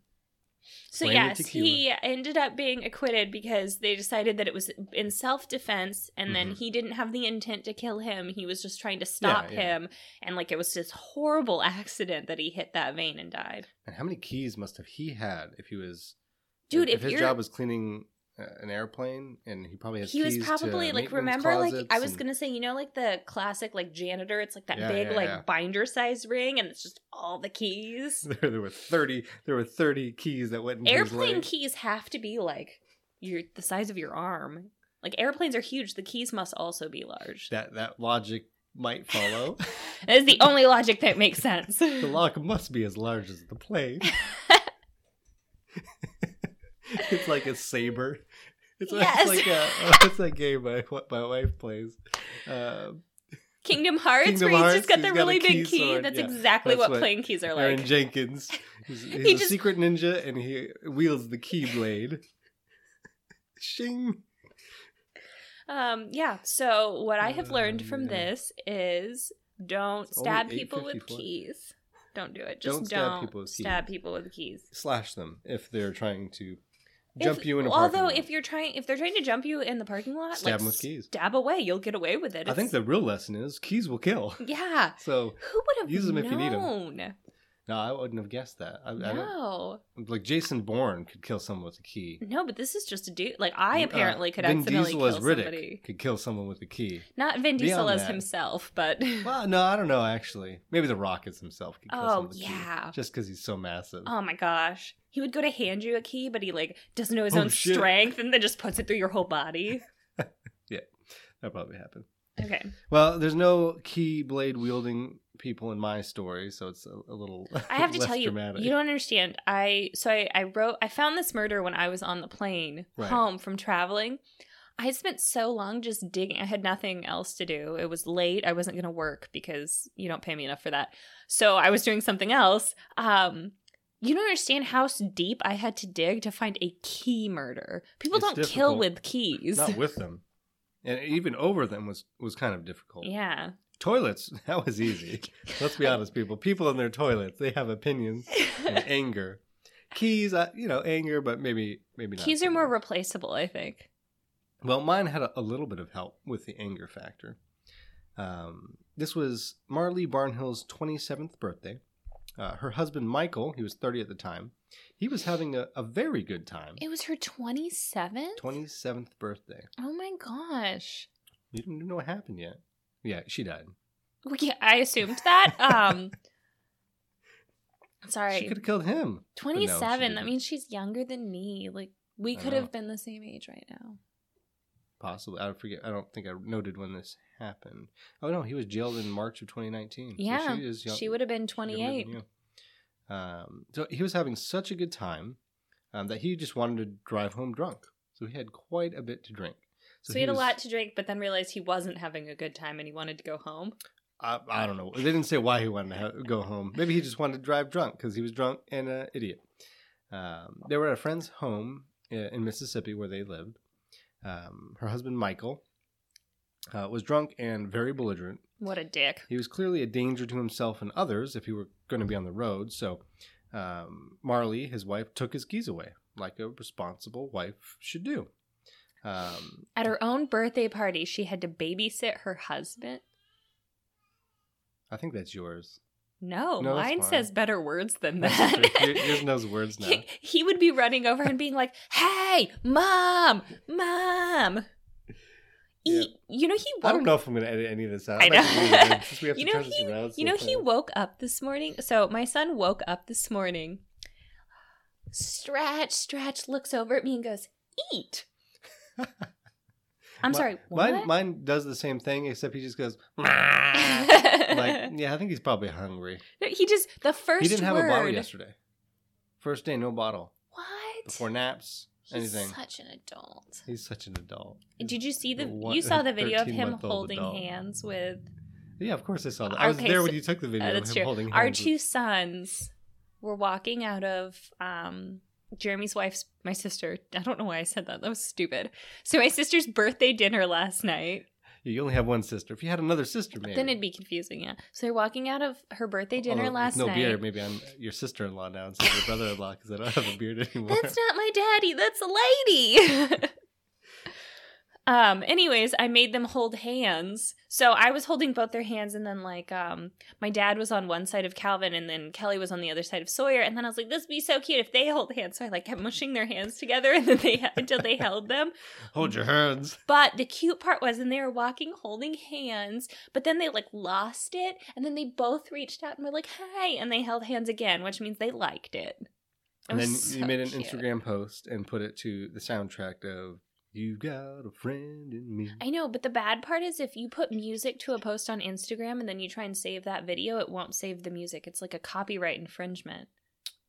Speaker 3: So
Speaker 2: Blame the
Speaker 3: yes, he ended up being acquitted because they decided that it was in self-defense, and then
Speaker 2: Mhm.
Speaker 3: he didn't have the intent to kill him. He was just trying to
Speaker 2: Yeah,
Speaker 3: stop
Speaker 2: yeah.
Speaker 3: him, and like it was this horrible accident that he hit that vein and died.
Speaker 2: And how many keys must have he had if he was,
Speaker 3: Dude,
Speaker 2: If,
Speaker 3: if
Speaker 2: his
Speaker 3: you're-
Speaker 2: job was cleaning uh, an airplane, and he probably has
Speaker 3: he was
Speaker 2: keys
Speaker 3: probably
Speaker 2: to
Speaker 3: like
Speaker 2: maintenance
Speaker 3: remember like
Speaker 2: closets
Speaker 3: I was
Speaker 2: and-
Speaker 3: gonna say you know like the classic like janitor it's like that
Speaker 2: Yeah,
Speaker 3: big
Speaker 2: yeah,
Speaker 3: like
Speaker 2: yeah.
Speaker 3: binder size ring and it's just all the keys.
Speaker 2: There, there were thirty. There were thirty keys that went into his
Speaker 3: airplane
Speaker 2: leg.
Speaker 3: keys have to be like your the size of your arm. Like airplanes are huge, the keys must also be large.
Speaker 2: That that logic might follow.
Speaker 3: That is the only logic that makes sense.
Speaker 2: The lock must be as large as the plane. it's like a saber. It's,
Speaker 3: Yes.
Speaker 2: like a oh, it's that game my what my wife plays. Uh,
Speaker 3: Kingdom Hearts,
Speaker 2: Kingdom
Speaker 3: where
Speaker 2: Hearts,
Speaker 3: he's just got
Speaker 2: he's
Speaker 3: the
Speaker 2: got a
Speaker 3: really big
Speaker 2: key
Speaker 3: key.
Speaker 2: sword,
Speaker 3: That's
Speaker 2: yeah.
Speaker 3: exactly
Speaker 2: That's
Speaker 3: what,
Speaker 2: what
Speaker 3: plane keys are like.
Speaker 2: Aaron Jenkins, he's, he's
Speaker 3: He
Speaker 2: a
Speaker 3: just-
Speaker 2: secret ninja, and he wields the keyblade. Shing!
Speaker 3: um, yeah. So what I have learned
Speaker 2: Oh,
Speaker 3: from
Speaker 2: man.
Speaker 3: this is don't
Speaker 2: It's only
Speaker 3: stab people with
Speaker 2: 8.54.
Speaker 3: keys. Don't do it.
Speaker 2: Don't
Speaker 3: Just don't,
Speaker 2: stab people with
Speaker 3: stab
Speaker 2: keys.
Speaker 3: people with keys.
Speaker 2: Slash them if they're trying to
Speaker 3: If-
Speaker 2: jump you in a parking
Speaker 3: although
Speaker 2: lot.
Speaker 3: if you're trying if they're trying to jump you in the parking lot
Speaker 2: Stab
Speaker 3: like,
Speaker 2: 'em with keys.
Speaker 3: stab away you'll get away with it
Speaker 2: I think
Speaker 3: It's-
Speaker 2: the real lesson is keys will kill.
Speaker 3: yeah
Speaker 2: So
Speaker 3: Who would have
Speaker 2: Use 'em
Speaker 3: known?
Speaker 2: if you need 'em. no, I wouldn't have guessed that. I, I don't,
Speaker 3: No,
Speaker 2: like Jason Bourne could kill someone with a key.
Speaker 3: no, but this is just a dude. Like I apparently
Speaker 2: Uh,
Speaker 3: could
Speaker 2: Vin
Speaker 3: accidentally
Speaker 2: Diesel
Speaker 3: kill
Speaker 2: as Riddick
Speaker 3: somebody.
Speaker 2: Could kill someone with a key.
Speaker 3: Not Vin Diesel
Speaker 2: Beyond
Speaker 3: as
Speaker 2: that.
Speaker 3: himself, but
Speaker 2: Well, no, I don't know. Actually, maybe the Rock is himself could kill
Speaker 3: oh
Speaker 2: someone with a key.
Speaker 3: yeah,
Speaker 2: just because he's so massive.
Speaker 3: oh my gosh, he would go to hand you a key, but he like doesn't know his
Speaker 2: Oh,
Speaker 3: own
Speaker 2: shit.
Speaker 3: strength, and then just puts it through your whole body.
Speaker 2: That probably happened.
Speaker 3: Okay,
Speaker 2: Well, there's no key blade wielding people in my story, so it's a, a little.
Speaker 3: I have to
Speaker 2: less
Speaker 3: tell you,
Speaker 2: dramatic.
Speaker 3: you don't understand. I so I, I wrote, I found this murder when I was on the plane
Speaker 2: Right.
Speaker 3: home from traveling. I had spent so long just digging. I had nothing else to do. It was late. I wasn't going to work because you don't pay me enough for that. So I was doing something else. Um, you don't understand how s- deep I had to dig to find a key murder. People
Speaker 2: It's
Speaker 3: don't kill
Speaker 2: difficult.
Speaker 3: with keys.
Speaker 2: not with them, and even over them was was kind of difficult.
Speaker 3: yeah.
Speaker 2: Toilets, that was easy. Let's be honest, people. People in their toilets, they have opinions and anger. Keys, uh, you know, anger, but maybe maybe not.
Speaker 3: keys are
Speaker 2: so
Speaker 3: more
Speaker 2: much.
Speaker 3: replaceable, I think.
Speaker 2: Well, mine had a, a little bit of help with the anger factor. Um, this was Marley Barnhill's 27th birthday. Uh, her husband, Michael, he was 30 at the time, he was having a, a very good time.
Speaker 3: It was her 27th?
Speaker 2: 27th birthday.
Speaker 3: Oh my gosh.
Speaker 2: You didn't even know what happened yet. Yeah, she died.
Speaker 3: Well, Yeah, I assumed that. Um
Speaker 2: She
Speaker 3: Sorry.
Speaker 2: could have killed him. no, she
Speaker 3: 27. that
Speaker 2: didn't.
Speaker 3: means she's younger than me. Like we
Speaker 2: I
Speaker 3: could
Speaker 2: know.
Speaker 3: have been the same age right now.
Speaker 2: Possibly. I forget. I don't think I noted when this happened. Oh, no, he was jailed in March of 2019. So
Speaker 3: Yeah.
Speaker 2: she, is young-
Speaker 3: She would have been
Speaker 2: younger than
Speaker 3: 28.
Speaker 2: you. Um, so he was having such a good time. um, that he just wanted to drive home drunk. So he had quite a bit to drink.
Speaker 3: So, he had a
Speaker 2: was-
Speaker 3: lot to drink, but then realized he wasn't having a good time and he wanted to go home.
Speaker 2: I, I don't know. They didn't say why he wanted to ha- go home. Maybe he just wanted to drive drunk because he was drunk and an idiot. Um, they were at a friend's home i- in Mississippi where they lived. Um, her husband, Michael, uh, was drunk and very belligerent.
Speaker 3: What a dick.
Speaker 2: He was clearly a danger to himself and others if he were going to be on the road. So um, Marley, his wife, took his keys away like a responsible wife should do. Um,
Speaker 3: At her own birthday party, she had to babysit her husband.
Speaker 2: I think that's yours.
Speaker 3: No,
Speaker 2: No, that's
Speaker 3: mine
Speaker 2: mine.
Speaker 3: says better words than
Speaker 2: That's
Speaker 3: that.
Speaker 2: true. Yours knows words now.
Speaker 3: He, he would be running over and being like, "Hey, mom, mom,
Speaker 2: Yeah.
Speaker 3: eat." You know he woke.
Speaker 2: I don't know if I'm going to edit any of this out.
Speaker 3: I
Speaker 2: I'm
Speaker 3: know.
Speaker 2: actually really good, since we have
Speaker 3: You
Speaker 2: to
Speaker 3: know
Speaker 2: turn this
Speaker 3: he-
Speaker 2: around, so
Speaker 3: You know
Speaker 2: it's
Speaker 3: he
Speaker 2: fine.
Speaker 3: woke up this morning. So my son woke up this morning. Stretch, stretch looks over at me and goes, "Eat." I'm
Speaker 2: Mi-
Speaker 3: sorry.
Speaker 2: Mine,
Speaker 3: what?
Speaker 2: mine does the same thing, except he just goes, "Mah." like, yeah, I think he's probably hungry.
Speaker 3: No, he just the first
Speaker 2: he didn't have
Speaker 3: word.
Speaker 2: a bottle yesterday. First day, no bottle.
Speaker 3: What?
Speaker 2: Before naps,
Speaker 3: He's
Speaker 2: anything.
Speaker 3: such an adult.
Speaker 2: He's such an adult.
Speaker 3: Did you see the?
Speaker 2: The one-
Speaker 3: you saw the video of him
Speaker 2: 13-month-old
Speaker 3: holding
Speaker 2: adult.
Speaker 3: hands with
Speaker 2: Yeah, of course I saw that. I
Speaker 3: Our
Speaker 2: was
Speaker 3: pace-
Speaker 2: there when you took the video.
Speaker 3: Uh,
Speaker 2: of
Speaker 3: that's
Speaker 2: him
Speaker 3: true.
Speaker 2: Holding
Speaker 3: Our
Speaker 2: hands with-
Speaker 3: two sons were walking out of um, Jeremy's wife's, my sister. I don't know why I said that. That was stupid. So my sister's birthday dinner last night.
Speaker 2: You only have one sister. If you had another sister, maybe.
Speaker 3: Then it'd be confusing, yeah. So they're walking out of her birthday dinner
Speaker 2: Although with
Speaker 3: last
Speaker 2: no
Speaker 3: night.
Speaker 2: beard. Maybe I'm your sister-in-law now instead of your brother-in-law because I don't have a beard anymore.
Speaker 3: That's not my daddy. That's a lady. um. Anyways, I made them hold hands. So I was holding both their hands, and then like um, my dad was on one side of Calvin, and then Kelly was on the other side of Sawyer. And then I was like, "This would be so cute if they hold hands." So I like kept mushing their hands together, and then they until they held them.
Speaker 2: Hold your hands.
Speaker 3: But the cute part was, and they were walking holding hands, but then they like lost it, and then they both reached out and were like, "Hi," and they held hands again, which means they liked it. It
Speaker 2: And then
Speaker 3: was
Speaker 2: you
Speaker 3: so
Speaker 2: made an
Speaker 3: cute.
Speaker 2: Instagram post and put it to the soundtrack of "You've Got a Friend in Me."
Speaker 3: I know, but the bad part is if you put music to a post on Instagram and then you try and save that video, it won't save the music. It's like a copyright infringement.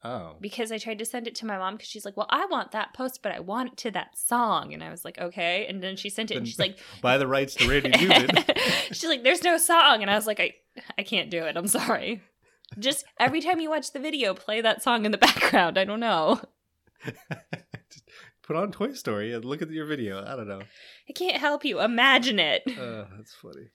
Speaker 2: oh,
Speaker 3: Because I tried to send it to my mom because she's like, Well, I want that post, but I want it to that song. And I was like, Okay. And then she sent it and she's like,
Speaker 2: buy the rights to Randy Newman.
Speaker 3: She's like, There's no song. And I was like, I, I can't do it. I'm sorry. Just every time you watch the video, play that song in the background. I don't know.
Speaker 2: Just put on Toy Story and look at your video. I don't know.
Speaker 3: I can't help you. Imagine it.
Speaker 2: Uh, that's funny.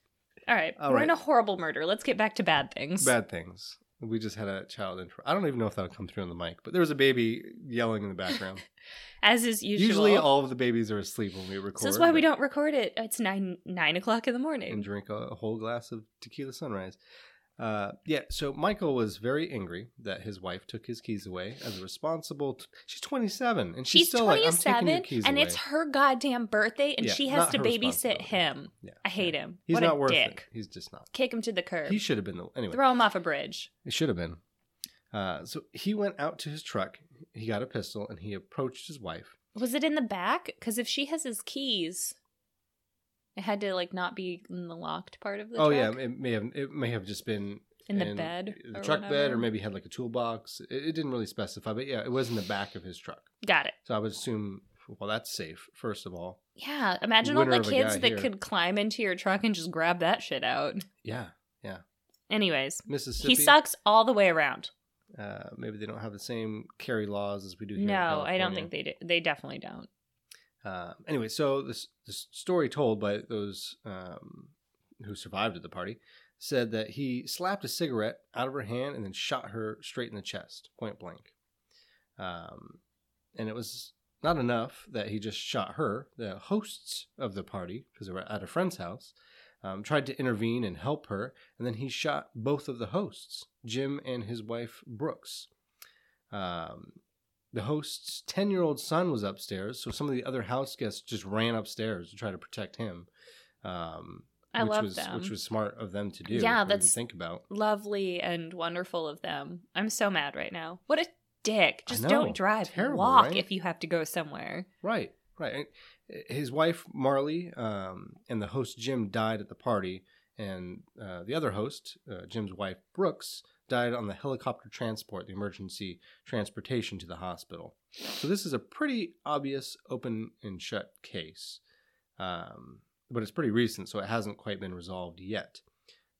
Speaker 3: All right.
Speaker 2: all
Speaker 3: we're
Speaker 2: right.
Speaker 3: in a horrible murder. Let's get back to bad things.
Speaker 2: Bad things. We just had a child intro. I don't even know if that'll come through on the mic, but there was a baby yelling in the background.
Speaker 3: As is usual.
Speaker 2: Usually, all of the babies are asleep when we record.
Speaker 3: So that's why we
Speaker 2: but-
Speaker 3: don't record it. It's nine nine o'clock in the
Speaker 2: and
Speaker 3: morning.
Speaker 2: drink a, a whole glass of tequila sunrise. Uh, yeah, so Michael was very angry that his wife took his keys away as a responsible. T- she's 27 and she's,
Speaker 3: She's
Speaker 2: still
Speaker 3: twenty
Speaker 2: like, I'm taking your
Speaker 3: seven,
Speaker 2: keys
Speaker 3: and
Speaker 2: away.
Speaker 3: it's her goddamn birthday, and
Speaker 2: Yeah,
Speaker 3: she has
Speaker 2: not
Speaker 3: to
Speaker 2: her
Speaker 3: babysit
Speaker 2: responsibility.
Speaker 3: him.
Speaker 2: Yeah,
Speaker 3: I hate
Speaker 2: yeah.
Speaker 3: him.
Speaker 2: He's
Speaker 3: what
Speaker 2: not
Speaker 3: a
Speaker 2: worth
Speaker 3: dick.
Speaker 2: it. He's just not.
Speaker 3: Kick him to the curb.
Speaker 2: He should have been the anyway.
Speaker 3: Throw him off a bridge.
Speaker 2: It should have been. Uh, so he went out to his truck. He got a pistol and he approached his wife.
Speaker 3: Was it in the back? Because if she has his keys, it had to like not be in the locked part of the.
Speaker 2: oh
Speaker 3: truck.
Speaker 2: yeah, it may have it may have just been
Speaker 3: in the bed,
Speaker 2: the
Speaker 3: or
Speaker 2: truck bed,
Speaker 3: whatever?
Speaker 2: or maybe had like a toolbox. It, it didn't really specify, but yeah, it was in the back of his truck.
Speaker 3: Got it.
Speaker 2: So I would assume, well, that's safe first of all.
Speaker 3: Yeah, imagine all
Speaker 2: Winner
Speaker 3: the
Speaker 2: of a
Speaker 3: kids
Speaker 2: guy
Speaker 3: that
Speaker 2: here.
Speaker 3: could climb into your truck and just grab that shit out.
Speaker 2: Yeah,
Speaker 3: Anyways,
Speaker 2: Mississippi.
Speaker 3: he sucks all the way around.
Speaker 2: Uh, maybe they don't have the same carry laws as we do here.
Speaker 3: No, I don't think they do. They definitely don't.
Speaker 2: They- uh, anyway, so this the story told by those um, who survived at the party said that he slapped a cigarette out of her hand and then shot her straight in the chest, point blank. Um, and it was not enough that he just shot her. The hosts of the party, because they were at a friend's house, um, tried to intervene and help her, and then he shot both of the hosts, Jim and his wife Brooks. Um, the host's 10 year old son was upstairs, so some of the other house guests just ran upstairs to try to protect him. Um,
Speaker 3: I
Speaker 2: which
Speaker 3: love
Speaker 2: was,
Speaker 3: them.
Speaker 2: Which was smart of them to do.
Speaker 3: Yeah,
Speaker 2: if we even
Speaker 3: that's-
Speaker 2: think about.
Speaker 3: Lovely and wonderful of them. I'm so mad right now. What a dick!
Speaker 2: I
Speaker 3: Just
Speaker 2: know.
Speaker 3: don't drive.
Speaker 2: Terrible,
Speaker 3: Walk
Speaker 2: right?
Speaker 3: if you have to go somewhere.
Speaker 2: Right, right. And eh, His wife Marley um, and the host Jim died at the party, and uh, the other host, uh, Jim's wife Brooks, died on the helicopter transport, the emergency transportation to the hospital. So this is a pretty obvious open and shut case, um, but it's pretty recent, so it hasn't quite been resolved yet.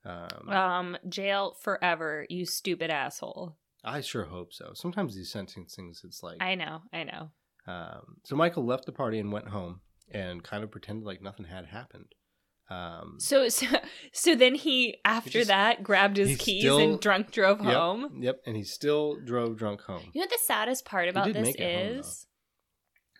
Speaker 2: Um,
Speaker 3: Um, jail forever, you stupid asshole.
Speaker 2: I sure hope so. Sometimes these sentencings, it's like.
Speaker 3: I know, I know.
Speaker 2: Um, so Michael left the party and went home and kind of pretended like nothing had happened. Um,
Speaker 3: So, so, so then he after
Speaker 2: just-
Speaker 3: that grabbed his
Speaker 2: he's
Speaker 3: keys
Speaker 2: still-
Speaker 3: and drunk drove
Speaker 2: yep,
Speaker 3: home.
Speaker 2: Yep, and he still drove drunk home.
Speaker 3: You know what the saddest part about
Speaker 2: did
Speaker 3: this
Speaker 2: make it home, though.
Speaker 3: is?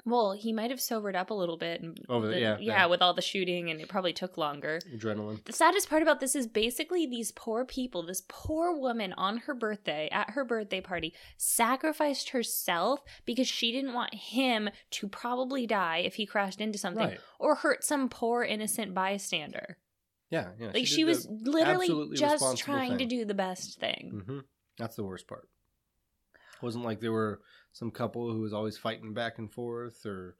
Speaker 3: well, he might have sobered up a little bit. And
Speaker 2: Over the,
Speaker 3: the-
Speaker 2: yeah,
Speaker 3: yeah, with all the shooting, and it probably took longer.
Speaker 2: that adrenaline.
Speaker 3: The saddest part about this is basically these poor people, this poor woman on her birthday, at her birthday party, sacrificed herself because she didn't want him to probably die if he crashed into something
Speaker 2: Right.
Speaker 3: or hurt some poor innocent bystander.
Speaker 2: Yeah, yeah.
Speaker 3: Like she,
Speaker 2: did
Speaker 3: was
Speaker 2: the-
Speaker 3: literally
Speaker 2: absolutely
Speaker 3: just
Speaker 2: responsible
Speaker 3: trying to
Speaker 2: thing.
Speaker 3: do the best thing.
Speaker 2: Mhm. That's the worst part. It wasn't like there were some couple who was always fighting back and forth, or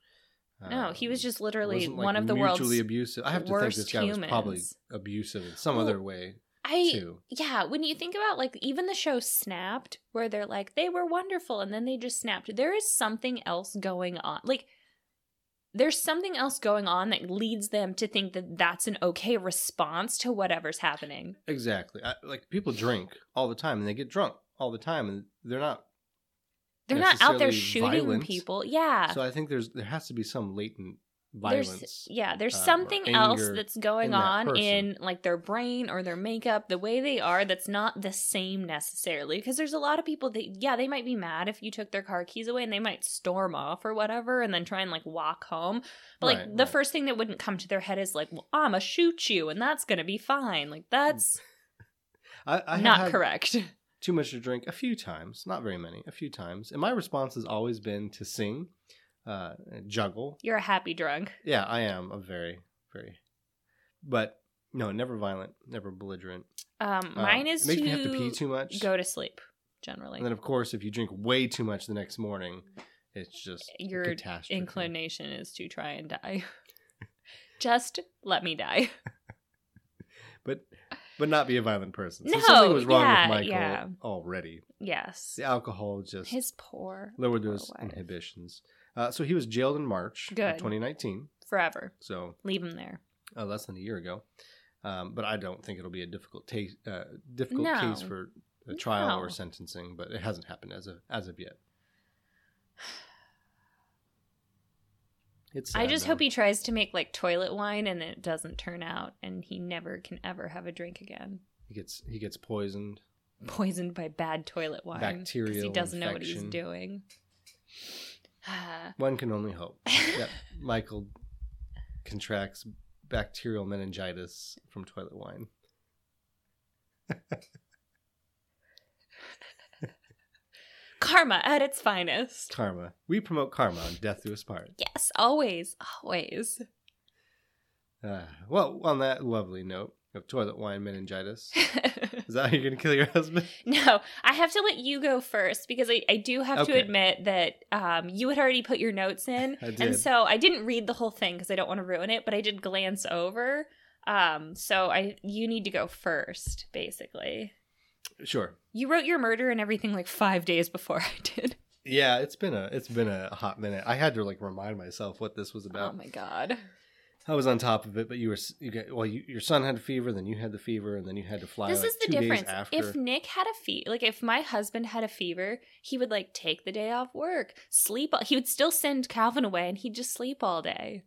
Speaker 3: no,
Speaker 2: um,
Speaker 3: he was just
Speaker 2: it
Speaker 3: literally
Speaker 2: wasn't, like,
Speaker 3: one of the world's.
Speaker 2: mutually abusive. I have to think this
Speaker 3: worst
Speaker 2: guy was probably
Speaker 3: humans.
Speaker 2: abusive in some
Speaker 3: Well,
Speaker 2: other way
Speaker 3: I
Speaker 2: too.
Speaker 3: yeah, when you think about like even the show Snapped, where they're like they were wonderful and then they just snapped. There is something else going on. Like there's something else going on that leads them to think that that's an okay response to whatever's happening.
Speaker 2: Exactly. I, like people drink all the time and they get drunk all the time and they're not.
Speaker 3: They're not out there
Speaker 2: Necessarily
Speaker 3: shooting
Speaker 2: violent.
Speaker 3: people. Yeah.
Speaker 2: So I think there's there has to be some latent
Speaker 3: there's
Speaker 2: violence.
Speaker 3: yeah, there's
Speaker 2: um, or
Speaker 3: something else
Speaker 2: anger
Speaker 3: that's going
Speaker 2: in that
Speaker 3: on
Speaker 2: person.
Speaker 3: in like their brain or their makeup, the way they are that's not the same necessarily because there's a lot of people that yeah, they might be mad if you took their car keys away and they might storm off or whatever and then try and like walk home. But like
Speaker 2: Right,
Speaker 3: the
Speaker 2: right.
Speaker 3: first thing that wouldn't come to their head is like, "Well, I'm gonna shoot you and that's going to be fine." Like that's
Speaker 2: Mm, I, I have
Speaker 3: not
Speaker 2: had
Speaker 3: correct.
Speaker 2: Too much to drink a few times, not very many, a few times, and my response has always been to sing, uh, juggle.
Speaker 3: You're a happy drunk.
Speaker 2: Yeah, I am. I'm very, very, but no, never violent, never belligerent.
Speaker 3: Um
Speaker 2: Uh,
Speaker 3: mine is
Speaker 2: it makes
Speaker 3: to,
Speaker 2: me have to pee too much.
Speaker 3: go to sleep generally.
Speaker 2: and then of course, if you drink way too much the next morning, it's just a
Speaker 3: Your
Speaker 2: catastrophe.
Speaker 3: inclination is to try and die. Just let me die.
Speaker 2: but but not be a violent person. So
Speaker 3: No,
Speaker 2: something was wrong
Speaker 3: yeah,
Speaker 2: with Michael
Speaker 3: yeah.
Speaker 2: already.
Speaker 3: Yes.
Speaker 2: The alcohol just
Speaker 3: His poor
Speaker 2: lowered those
Speaker 3: poor wife.
Speaker 2: inhibitions. Uh, so he was jailed in March
Speaker 3: Good.
Speaker 2: of 2019.
Speaker 3: forever.
Speaker 2: So
Speaker 3: Leave him there.
Speaker 2: uh, less than a year ago. Um, but I don't think it'll be a difficult ta- uh, difficult
Speaker 3: No.
Speaker 2: case for a trial or
Speaker 3: No.
Speaker 2: sentencing. But it hasn't happened as of as of yet. It's
Speaker 3: I
Speaker 2: sad,
Speaker 3: just
Speaker 2: though.
Speaker 3: hope he tries to make like toilet wine and it doesn't turn out and he never can ever have a drink again.
Speaker 2: he gets he gets poisoned.
Speaker 3: Poisoned by bad toilet wine. 'cause he
Speaker 2: Bacterial
Speaker 3: doesn't know what he's
Speaker 2: infection.
Speaker 3: doing. Ah.
Speaker 2: One can only hope. yep. Michael contracts bacterial meningitis from toilet wine.
Speaker 3: karma at its finest.
Speaker 2: Karma. We promote karma on Death Do Us Part.
Speaker 3: Yes, always, always.
Speaker 2: Uh, well, on that lovely note of toilet wine meningitis, is that how you're going to kill your husband?
Speaker 3: No, I have to let you go first because I, I do have
Speaker 2: Okay.
Speaker 3: to admit that um, you had already put your notes in.
Speaker 2: I did.
Speaker 3: And so I didn't read the whole thing because I don't want to ruin it, but I did glance over. Um, so I you need to go first, basically.
Speaker 2: Sure.
Speaker 3: You wrote your murder and everything like five days before I did.
Speaker 2: Yeah, it's been a it's been a hot minute. I had to like remind myself what this was
Speaker 3: Oh
Speaker 2: about.
Speaker 3: my god.
Speaker 2: I was on top of it, but you were s- you got well. You, your son had a fever, then you had the fever, and then you had to fly.
Speaker 3: this
Speaker 2: like,
Speaker 3: is the
Speaker 2: two days
Speaker 3: difference.
Speaker 2: After.
Speaker 3: If Nick had a fever, like if my husband had a fever, he would like take the day off work, sleep. All- he would still send Calvin away, and he'd just sleep all day.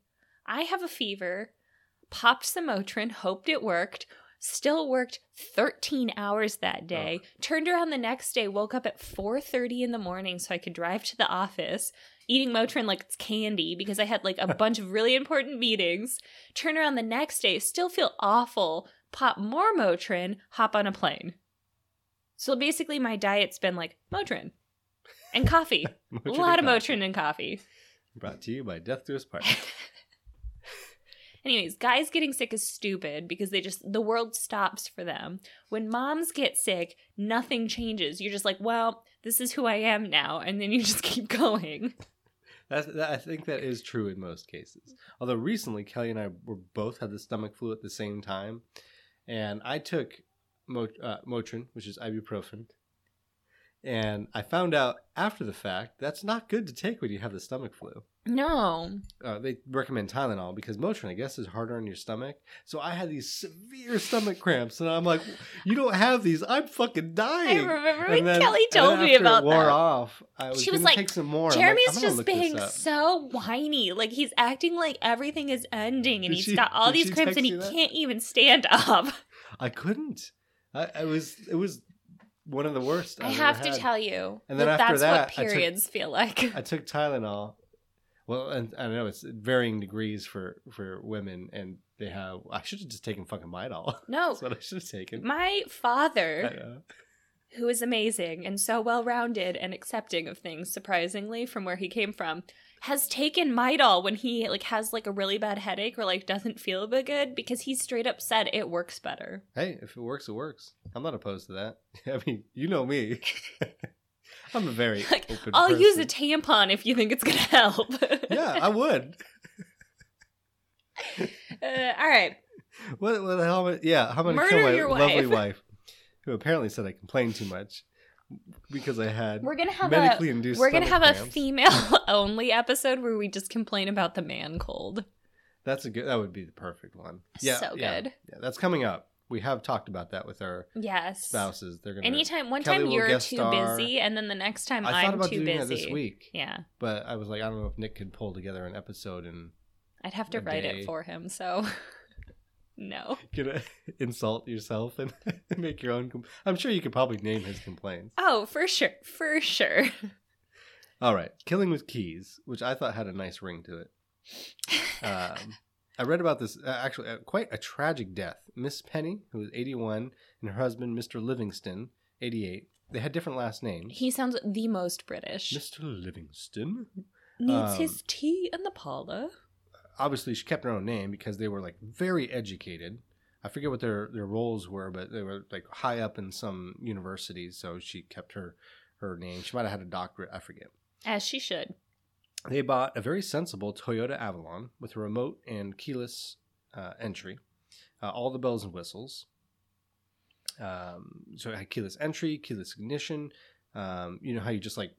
Speaker 3: I have a fever, popped some Motrin, hoped it worked. Still worked 13 hours that day. Turned around the next day, woke up at 4:30 in the morning so I could drive to the office, eating Motrin like it's candy because I had like a bunch of really important meetings. Turn around the next day, still feel awful, pop more Motrin, hop on a plane. So basically, my diet's been like Motrin and coffee, a
Speaker 2: Motrin
Speaker 3: lot of
Speaker 2: and coffee.
Speaker 3: Motrin and coffee.
Speaker 2: Brought to you by Death to Us Part.
Speaker 3: Anyways, guys getting sick is stupid because they just, the world stops for them. When moms get sick, nothing changes. You're just like, well, this is who I am now. And then you just keep going.
Speaker 2: That's, that, I think that is true in most cases. Although recently, Kelly and I were both had the stomach flu at the same time, and I took Mot- uh, Motrin, which is ibuprofen, And I found out after the fact that's not good to take when you have the stomach flu.
Speaker 3: No.
Speaker 2: Uh, they recommend Tylenol because Motrin, I guess, is harder on your stomach. So I had these severe stomach cramps, and I'm like, "You don't have these. I'm fucking
Speaker 3: I
Speaker 2: dying."
Speaker 3: remember
Speaker 2: And
Speaker 3: when
Speaker 2: then-
Speaker 3: Kelly
Speaker 2: and then
Speaker 3: told me
Speaker 2: after it
Speaker 3: about
Speaker 2: wore
Speaker 3: that.
Speaker 2: off. I was
Speaker 3: She was
Speaker 2: gonna
Speaker 3: like,
Speaker 2: take some more. and I'm like,
Speaker 3: Jeremy's
Speaker 2: "I'm gonna
Speaker 3: just
Speaker 2: look this
Speaker 3: being
Speaker 2: up."
Speaker 3: so whiny. Like he's acting like everything is ending and
Speaker 2: Did
Speaker 3: he's
Speaker 2: she-
Speaker 3: got all
Speaker 2: did
Speaker 3: these
Speaker 2: she
Speaker 3: cramps
Speaker 2: text
Speaker 3: and he
Speaker 2: you that?
Speaker 3: can't even stand up.
Speaker 2: I couldn't. I, I was. It was one of the worst.
Speaker 3: I
Speaker 2: I've
Speaker 3: have
Speaker 2: ever
Speaker 3: to
Speaker 2: had.
Speaker 3: tell you
Speaker 2: And then
Speaker 3: that
Speaker 2: after
Speaker 3: that's
Speaker 2: that, I
Speaker 3: what
Speaker 2: took-
Speaker 3: periods feel like.
Speaker 2: I took Tylenol. Well, and I know it's varying degrees for for women, and they have. I should have just taken fucking Midol.
Speaker 3: No,
Speaker 2: That's what I should have taken.
Speaker 3: my
Speaker 2: I uh,
Speaker 3: father,
Speaker 2: know.
Speaker 3: who is amazing and so well rounded and accepting of things, surprisingly from where he came from, has taken Midol when he like has like a really bad headache or like doesn't feel but good because he straight up said it works better.
Speaker 2: Hey, if it works, it works. I'm not opposed to that. I mean, you know me. I'm a very
Speaker 3: Like,
Speaker 2: open.
Speaker 3: I'll use a
Speaker 2: person.
Speaker 3: tampon if you think it's gonna help.
Speaker 2: yeah, I would.
Speaker 3: Uh, all right.
Speaker 2: What, what the hell? am I- Yeah, how am I gonna
Speaker 3: Murder
Speaker 2: kill my
Speaker 3: your
Speaker 2: lovely
Speaker 3: wife.
Speaker 2: wife, who apparently said I complained too much because I had
Speaker 3: We're gonna have
Speaker 2: medically induced.
Speaker 3: a we're gonna have
Speaker 2: stomach
Speaker 3: a
Speaker 2: cramps.
Speaker 3: female only episode where we just complain about the man cold.
Speaker 2: That's a good. That would be the perfect one. Yeah,
Speaker 3: so
Speaker 2: yeah.
Speaker 3: good.
Speaker 2: Yeah, that's coming up. We have talked about that with our
Speaker 3: Yes.
Speaker 2: spouses. They're gonna.
Speaker 3: Anytime one
Speaker 2: Kelly
Speaker 3: time
Speaker 2: will
Speaker 3: you're
Speaker 2: guest
Speaker 3: too
Speaker 2: star.
Speaker 3: busy and then the next time
Speaker 2: I thought
Speaker 3: I'm
Speaker 2: about
Speaker 3: too
Speaker 2: doing
Speaker 3: busy.
Speaker 2: that this week,
Speaker 3: Yeah.
Speaker 2: but I was like, I don't know if Nick could pull together an episode and
Speaker 3: I'd have to
Speaker 2: A
Speaker 3: write
Speaker 2: day.
Speaker 3: it for him, so no.
Speaker 2: gonna insult yourself and make your own. Com- I'm sure you could probably name his complaints.
Speaker 3: Oh, for sure. For sure.
Speaker 2: All right, killing with keys, which I thought had a nice ring to it. Um, I read about this uh, actually uh, quite a tragic death. Miss Penny, who was 81, and her husband, Mr. Livingston, 88. They had different last names.
Speaker 3: he sounds the most British.
Speaker 2: Mr. Livingston.
Speaker 3: Needs
Speaker 2: um,
Speaker 3: his tea in the parlor.
Speaker 2: Obviously, she kept her own name because they were like very educated. I forget what their their roles were, but they were like high up in some universities. So she kept her her name. She might have had a doctorate. I forget.
Speaker 3: As she should.
Speaker 2: They bought a very sensible Toyota Avalon with a remote and keyless uh, entry, uh, all the bells and whistles. Um, so it had keyless entry, keyless ignition. Um, you know how you just like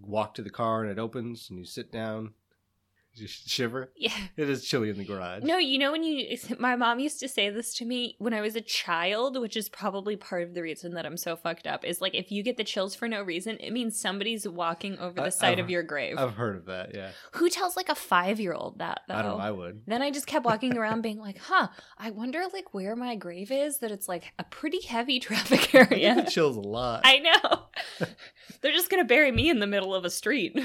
Speaker 2: walk to the car and it opens and you sit down, you just shiver.
Speaker 3: Yeah.
Speaker 2: It is chilly in the garage.
Speaker 3: No, you know when you my mom used to say this to me when I was a child, which is probably part of the reason that I'm so fucked up is like if you get the chills for no reason, it means somebody's walking over
Speaker 2: I-
Speaker 3: the side
Speaker 2: I've-
Speaker 3: of your grave.
Speaker 2: I've heard of that. Yeah,
Speaker 3: Who tells like a 5-year-old that though?
Speaker 2: I don't know. I would.
Speaker 3: then I just kept walking around being like, "Huh, I wonder like where my grave is that it's like a pretty heavy traffic
Speaker 2: I get
Speaker 3: area."
Speaker 2: the chills a lot.
Speaker 3: I know. They're just going to bury me in the middle of a street.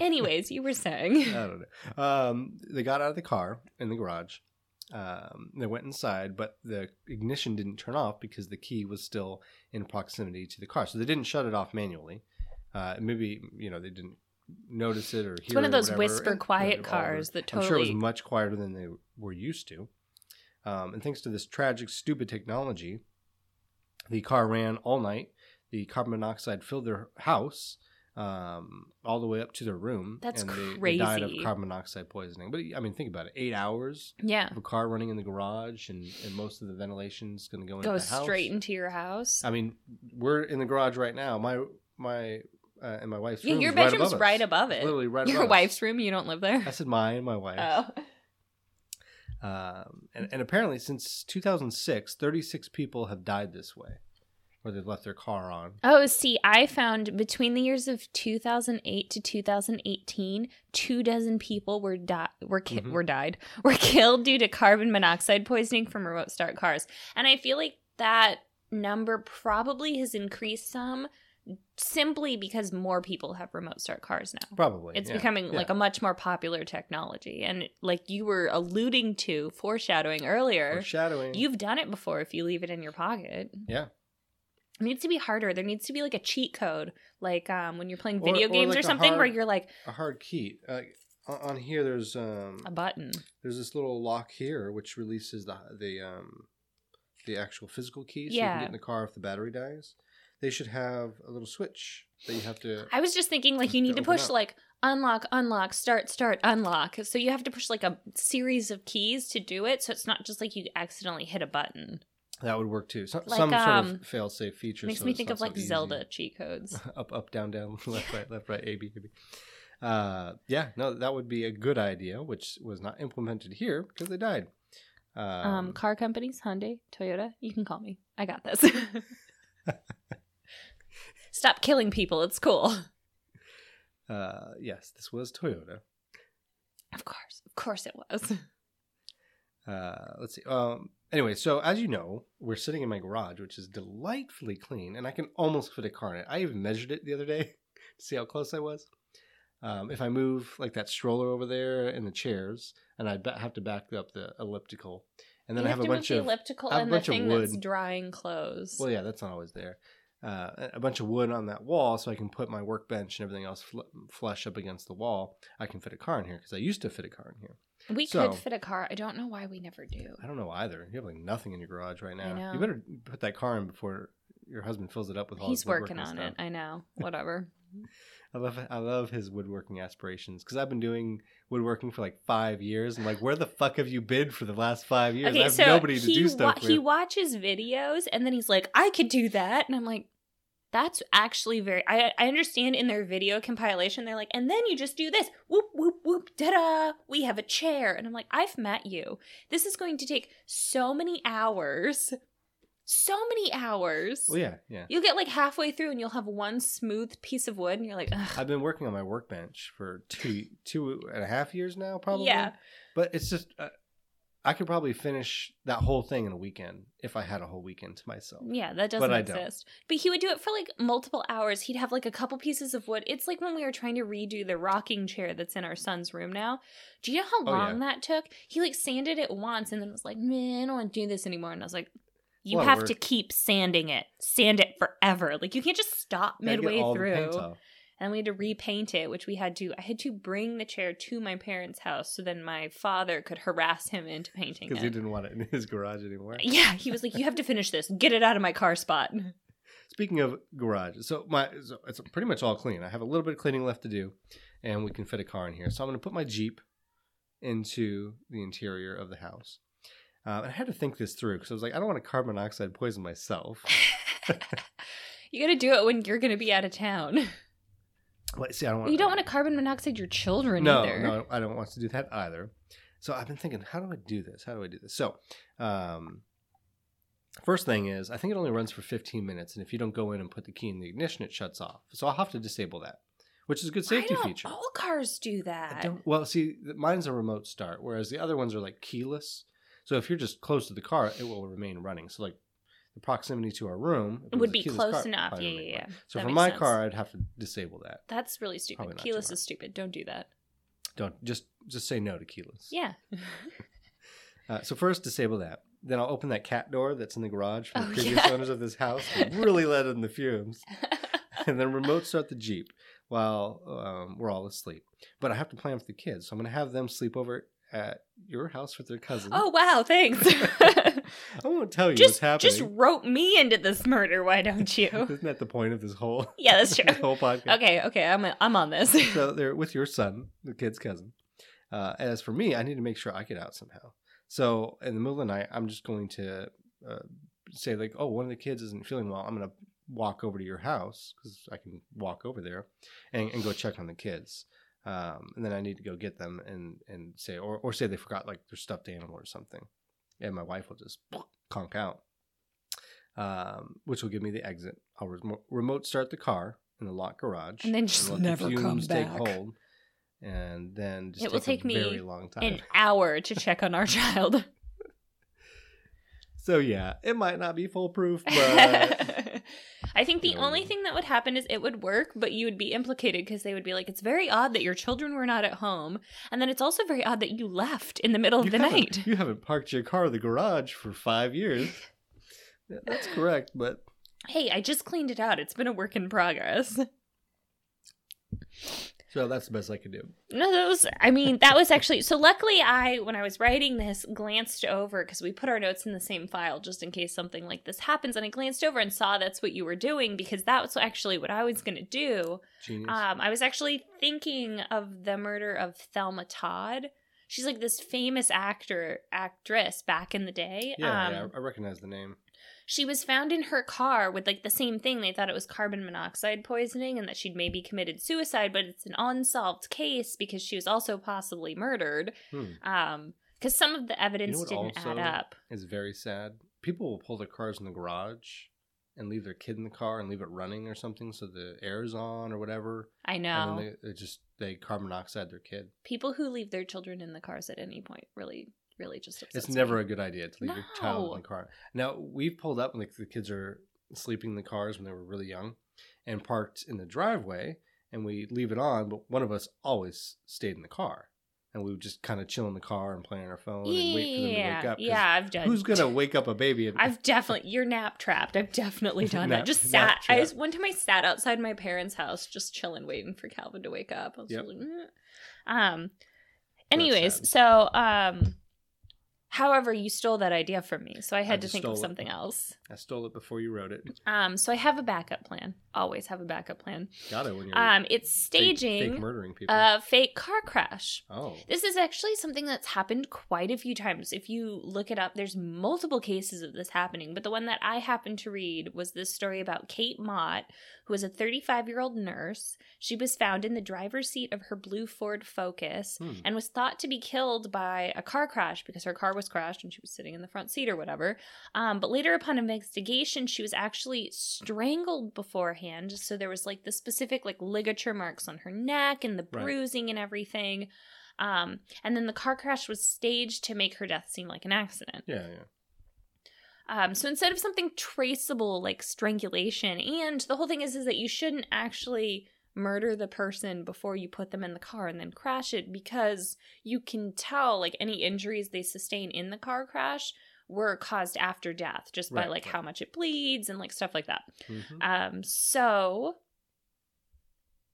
Speaker 3: Anyways, you were saying.
Speaker 2: I don't know. Um, they got out of the car in the garage. Um, they went inside, but the ignition didn't turn off because the key was still in proximity to the car. So they didn't shut it off manually. Uh, maybe you know they didn't notice it or hear.
Speaker 3: It's one
Speaker 2: it
Speaker 3: of
Speaker 2: or
Speaker 3: those
Speaker 2: whatever.
Speaker 3: whisper
Speaker 2: And, you
Speaker 3: quiet
Speaker 2: know, all
Speaker 3: cars
Speaker 2: the-
Speaker 3: that
Speaker 2: I'm sure it was
Speaker 3: totally
Speaker 2: much quieter than they were used to. Um, and thanks to this tragic, stupid technology, the car ran all night. The carbon monoxide filled their house um, all the way up to their room.
Speaker 3: That's
Speaker 2: and they, They died of
Speaker 3: crazy.
Speaker 2: carbon monoxide poisoning. But I mean, think about it: eight hours
Speaker 3: Yeah.
Speaker 2: of a car running in the garage, and, and most of the ventilation's going to go into
Speaker 3: Go
Speaker 2: the house. Uh,
Speaker 3: straight into your house.
Speaker 2: I mean, we're in the garage right now. My my uh, and my wife's
Speaker 3: yeah,
Speaker 2: room
Speaker 3: your
Speaker 2: is
Speaker 3: bedroom's
Speaker 2: right above,
Speaker 3: right
Speaker 2: us.
Speaker 3: above it.
Speaker 2: Literally right
Speaker 3: your
Speaker 2: above us.
Speaker 3: wife's room, you don't live there.
Speaker 2: I said mine, my wife.
Speaker 3: Oh.
Speaker 2: Um, and, and apparently, since 2006, 36 people have died this way, or they've left their car on.
Speaker 3: Oh, see, I found between the years of 2008 to 2018, two dozen people were di- were ki-
Speaker 2: Mhm.
Speaker 3: were died were killed due to carbon monoxide poisoning from remote start cars, and I feel like that number probably has increased some simply because more people have remote start cars now.
Speaker 2: Probably.
Speaker 3: It's
Speaker 2: yeah.
Speaker 3: becoming
Speaker 2: Yeah.
Speaker 3: like a much more popular technology, and like you were alluding to, foreshadowing earlier,
Speaker 2: foreshadowing.
Speaker 3: You've done it before if you leave it in your pocket.
Speaker 2: Mm. Yeah.
Speaker 3: It needs to be harder. There needs to be like a cheat code, like um, when you're playing
Speaker 2: Or-
Speaker 3: video
Speaker 2: or
Speaker 3: games
Speaker 2: like
Speaker 3: or
Speaker 2: a
Speaker 3: something, where
Speaker 2: hard-
Speaker 3: you're like
Speaker 2: a hard key. Uh, on on here, there's um,
Speaker 3: a button.
Speaker 2: there's this little lock here which releases the the um, the actual physical key, so you can
Speaker 3: Yeah.
Speaker 2: get in the car if the battery dies. They should have a little switch that you have to.
Speaker 3: I was just thinking like you
Speaker 2: To
Speaker 3: need to
Speaker 2: open
Speaker 3: push
Speaker 2: up.
Speaker 3: like unlock, unlock, start, start, unlock. So you have to push like a series of keys to do it. So it's not just like you accidentally hit a button.
Speaker 2: That would work too. So,
Speaker 3: Like,
Speaker 2: some
Speaker 3: um,
Speaker 2: sort of fail-safe feature.
Speaker 3: Makes
Speaker 2: so
Speaker 3: me
Speaker 2: it's
Speaker 3: think
Speaker 2: not
Speaker 3: of like
Speaker 2: so easy.
Speaker 3: Zelda cheat codes.
Speaker 2: up, up, down, down, left, right, left, right, A, B, A, B. Uh, yeah, no, that would be a good idea, which was not implemented here because they died. Um,
Speaker 3: Um, car companies, Hyundai, Toyota, you can call me. I got this. Stop killing people. It's cool.
Speaker 2: uh, yes, this was Toyota.
Speaker 3: Of course. Of course it was.
Speaker 2: Uh, let's see. Um, anyway, so as you know, we're sitting in my garage, which is delightfully clean, and I can almost fit a car in it. I even measured it the other day to see how close I was. Um, if I move like that stroller over there and the chairs, and I ba- have to back up the elliptical, and then
Speaker 3: you
Speaker 2: I have,
Speaker 3: to
Speaker 2: a bunch
Speaker 3: move
Speaker 2: of
Speaker 3: the elliptical
Speaker 2: I have a
Speaker 3: and the
Speaker 2: bunch of
Speaker 3: thing that's
Speaker 2: wood.
Speaker 3: drying clothes.
Speaker 2: Well, yeah, that's not always there. Uh, a- a bunch of wood on that wall, so I can put my workbench and everything else fl- flush up against the wall. I can fit a car in here because I used to fit a car in here.
Speaker 3: we
Speaker 2: so-
Speaker 3: could fit a car. I don't know why we never do.
Speaker 2: I don't know either. You have like nothing in your garage right now.
Speaker 3: I know.
Speaker 2: You better put that car in before your husband fills it up with all
Speaker 3: He's
Speaker 2: his woodworking
Speaker 3: working on
Speaker 2: stuff.
Speaker 3: it. I know. Whatever.
Speaker 2: I love I love his woodworking aspirations because I've been doing woodworking for like five years. I'm like, where the fuck have you been for the last five years? I
Speaker 3: okay,
Speaker 2: have
Speaker 3: so
Speaker 2: nobody to
Speaker 3: he,
Speaker 2: do stuff
Speaker 3: wa- he
Speaker 2: with.
Speaker 3: watches videos and then he's like, I could do that. And I'm like, that's actually very. I, I understand in their video compilation, they're like, and then you just do this. Whoop, whoop, whoop, da da. We have a chair. And I'm like, I've met you. This is going to take so many hours. So many hours.
Speaker 2: well, yeah, yeah.
Speaker 3: You'll get like halfway through and you'll have one smooth piece of wood and you're like, Ugh.
Speaker 2: I've been working on my workbench for two two and a half years now, probably.
Speaker 3: Yeah.
Speaker 2: But it's just, uh, I could probably finish that whole thing in a weekend if I had a whole weekend to myself.
Speaker 3: Yeah, that doesn't
Speaker 2: I don't.
Speaker 3: exist. But he would do it for like multiple hours. He'd have like a couple pieces of wood. It's like when we were trying to redo the rocking chair that's in our son's room now. Do you know how
Speaker 2: Oh, yeah.
Speaker 3: long that took? He like sanded it once and then was like, man, I don't want to do this anymore. And I was like, you
Speaker 2: Lot of
Speaker 3: have to
Speaker 2: work.
Speaker 3: keep sanding it. Sand it forever. Like you can't just stop
Speaker 2: Gotta get
Speaker 3: midway
Speaker 2: all the paint
Speaker 3: through.
Speaker 2: off.
Speaker 3: And we had to repaint it, which we had to I had to bring the chair to my parents' house so then my father could harass him into painting
Speaker 2: because he
Speaker 3: it.
Speaker 2: didn't want it in his garage anymore.
Speaker 3: Yeah, he was like, You have to finish this. Get it out of my car spot.
Speaker 2: Speaking of garage, so my so it's pretty much all clean. I have a little bit of cleaning left to do, and we can fit a car in here. So I'm going to put my Jeep into the interior of the house. Uh, and I had to think this through because I was like, I don't want to carbon monoxide poison myself.
Speaker 3: you got to do it when you're going to be out of town.
Speaker 2: But see, I don't want
Speaker 3: You don't want to carbon monoxide your children
Speaker 2: no,
Speaker 3: either.
Speaker 2: No, I don't want to do that either. So I've been thinking, how do I do this? How do I do this? So, um, first thing is, I think it only runs for 15 minutes, and if you don't go in and put the key in the ignition, it shuts off. So I'll have to disable that, which is a good safety
Speaker 3: Why don't
Speaker 2: feature.
Speaker 3: all cars do
Speaker 2: I
Speaker 3: that?
Speaker 2: don't, well, see, th- mine's a remote start, whereas the other ones are like keyless. So if you're just close to the car, it will remain running. So like the proximity to our room if
Speaker 3: It
Speaker 2: was
Speaker 3: would
Speaker 2: a
Speaker 3: be
Speaker 2: keyless
Speaker 3: close
Speaker 2: car, it
Speaker 3: enough.
Speaker 2: probably
Speaker 3: Yeah,
Speaker 2: would remain
Speaker 3: yeah, yeah.
Speaker 2: running. So
Speaker 3: That
Speaker 2: for
Speaker 3: makes
Speaker 2: my
Speaker 3: sense.
Speaker 2: car, I'd have to disable that.
Speaker 3: That's really
Speaker 2: Probably
Speaker 3: stupid.
Speaker 2: not
Speaker 3: Keyless
Speaker 2: tomorrow.
Speaker 3: is stupid. Don't do that.
Speaker 2: Don't just just say no to keyless.
Speaker 3: Yeah.
Speaker 2: Uh, so first, disable that. Then I'll open that cat door that's in the garage from
Speaker 3: Oh,
Speaker 2: the previous
Speaker 3: yeah.
Speaker 2: owners of this house. They really let in the fumes. And then remote start the Jeep while um, we're all asleep. But I have to plan for the kids. So I'm going to have them sleep over at your house with their cousin.
Speaker 3: oh wow, thanks.
Speaker 2: I won't tell you what's
Speaker 3: just
Speaker 2: happening.
Speaker 3: just rope me into this murder. Why don't you?
Speaker 2: Isn't that the point of this whole,
Speaker 3: yeah, that's
Speaker 2: this
Speaker 3: true.
Speaker 2: whole podcast?
Speaker 3: Okay, okay, I'm I'm on this.
Speaker 2: so they're with your son, the kid's cousin. Uh, as for me, I need to make sure I get out somehow. So in the middle of the night, I'm just going to uh, say like, oh, one of the kids isn't feeling well. I'm going to walk over to your house because I can walk over there and, and go check on the kids. Um, and then I need to go get them and, and say, or, or say they forgot like their stuffed animal or something. And my wife will just conk out, um, which will give me the exit. I'll remo remote start the car in the locked garage.
Speaker 3: And then just
Speaker 2: let the
Speaker 3: never come
Speaker 2: fumes
Speaker 3: back.
Speaker 2: hold. And then just
Speaker 3: It will
Speaker 2: take,
Speaker 3: take me
Speaker 2: a very long time.
Speaker 3: An hour to check on our child.
Speaker 2: So yeah, it might not be foolproof, but
Speaker 3: I think the
Speaker 2: you know,
Speaker 3: only
Speaker 2: you-
Speaker 3: thing that would happen is it would work, but you would be implicated because they would be like, "It's very odd that your children were not at home, and then it's also very odd that you left in the middle of
Speaker 2: you
Speaker 3: the
Speaker 2: haven't-
Speaker 3: night."
Speaker 2: You haven't parked your car in the garage for five years. Yeah, That's correct, but
Speaker 3: Hey, I just cleaned it out. It's been a work in progress.
Speaker 2: so that's the best I can do.
Speaker 3: No, that was, I mean, that was actually, so luckily I, when I was writing this, glanced over because we put our notes in the same file just in case something like this happens. And I glanced over and saw that's what you were doing because that was actually what I was going to do.
Speaker 2: Genius.
Speaker 3: Uh, Um, I was actually thinking of the murder of Thelma Todd She's like this famous actor actress back in the day.
Speaker 2: Yeah,
Speaker 3: um,
Speaker 2: yeah, I recognize the name.
Speaker 3: She was found in her car with like the same thing. They thought it was carbon monoxide poisoning and that she'd maybe committed suicide, but it's an unsolved case because she was also possibly murdered.
Speaker 2: Hmm.
Speaker 3: Um, because some of the evidence
Speaker 2: what
Speaker 3: didn't
Speaker 2: also-
Speaker 3: add up.
Speaker 2: It's very sad. People will pull their cars in the garage and leave their kid in the car and leave it running or something so the air is on or whatever.
Speaker 3: I know.
Speaker 2: And then they, they just they carbon monoxide their kid.
Speaker 3: People who leave their children in the cars at any point really, really just upsets
Speaker 2: it's never
Speaker 3: me.
Speaker 2: a good idea to leave your child
Speaker 3: No.
Speaker 2: in the car. Now we've pulled up and like the kids are sleeping in the cars when they were really young, and parked in the driveway, and we leave it on. But one of us always stayed in the car, and we would just kind of chill in the car and play on our phone and wait for them to wake
Speaker 3: Yeah,
Speaker 2: up. 'cause
Speaker 3: yeah, I've done.
Speaker 2: Who's gonna wake up a baby? And,
Speaker 3: I've definitely you're nap trapped. I've definitely done
Speaker 2: Nap-
Speaker 3: that. Just
Speaker 2: nap
Speaker 3: sat. I
Speaker 2: trap.
Speaker 3: just, one time I sat outside my parents' house, just chilling, waiting for Calvin to wake up. I was
Speaker 2: Yep.
Speaker 3: like, "Mm." um.
Speaker 2: That's sad.
Speaker 3: Anyways, so um. However, you stole that idea from me, so I had to
Speaker 2: just
Speaker 3: think of
Speaker 2: stole it.
Speaker 3: something else.
Speaker 2: I stole it before you wrote it.
Speaker 3: Um, so I have a backup plan. Always have a backup plan.
Speaker 2: Got it when you're
Speaker 3: Um, it's
Speaker 2: fake-
Speaker 3: staging
Speaker 2: fake, murdering people.
Speaker 3: a fake car crash.
Speaker 2: oh,
Speaker 3: This is actually something that's happened quite a few times. If you look it up, there's multiple cases of this happening, but the one that I happened to read was this story about Kate Mott, who was a 35 year old nurse. She was found in the driver's seat of her blue Ford Focus
Speaker 2: Hmm.
Speaker 3: and was thought to be killed by a car crash because her car was crashed and she was sitting in the front seat or whatever. Um, but later, upon investigation, she was actually strangled beforehand. So there was like the specific like ligature marks on her neck and the
Speaker 2: Right.
Speaker 3: bruising and everything. Um, and then the car crash was staged to make her death seem like an accident.
Speaker 2: yeah, yeah.
Speaker 3: Um, so instead of something traceable like strangulation, and the whole thing is is that you shouldn't actually murder the person before you put them in the car and then crash it because you can tell like any injuries they sustain in the car crash were caused after death just by
Speaker 2: Right,
Speaker 3: like
Speaker 2: right.
Speaker 3: how much it bleeds and like stuff like that.
Speaker 2: Mhm.
Speaker 3: Um, so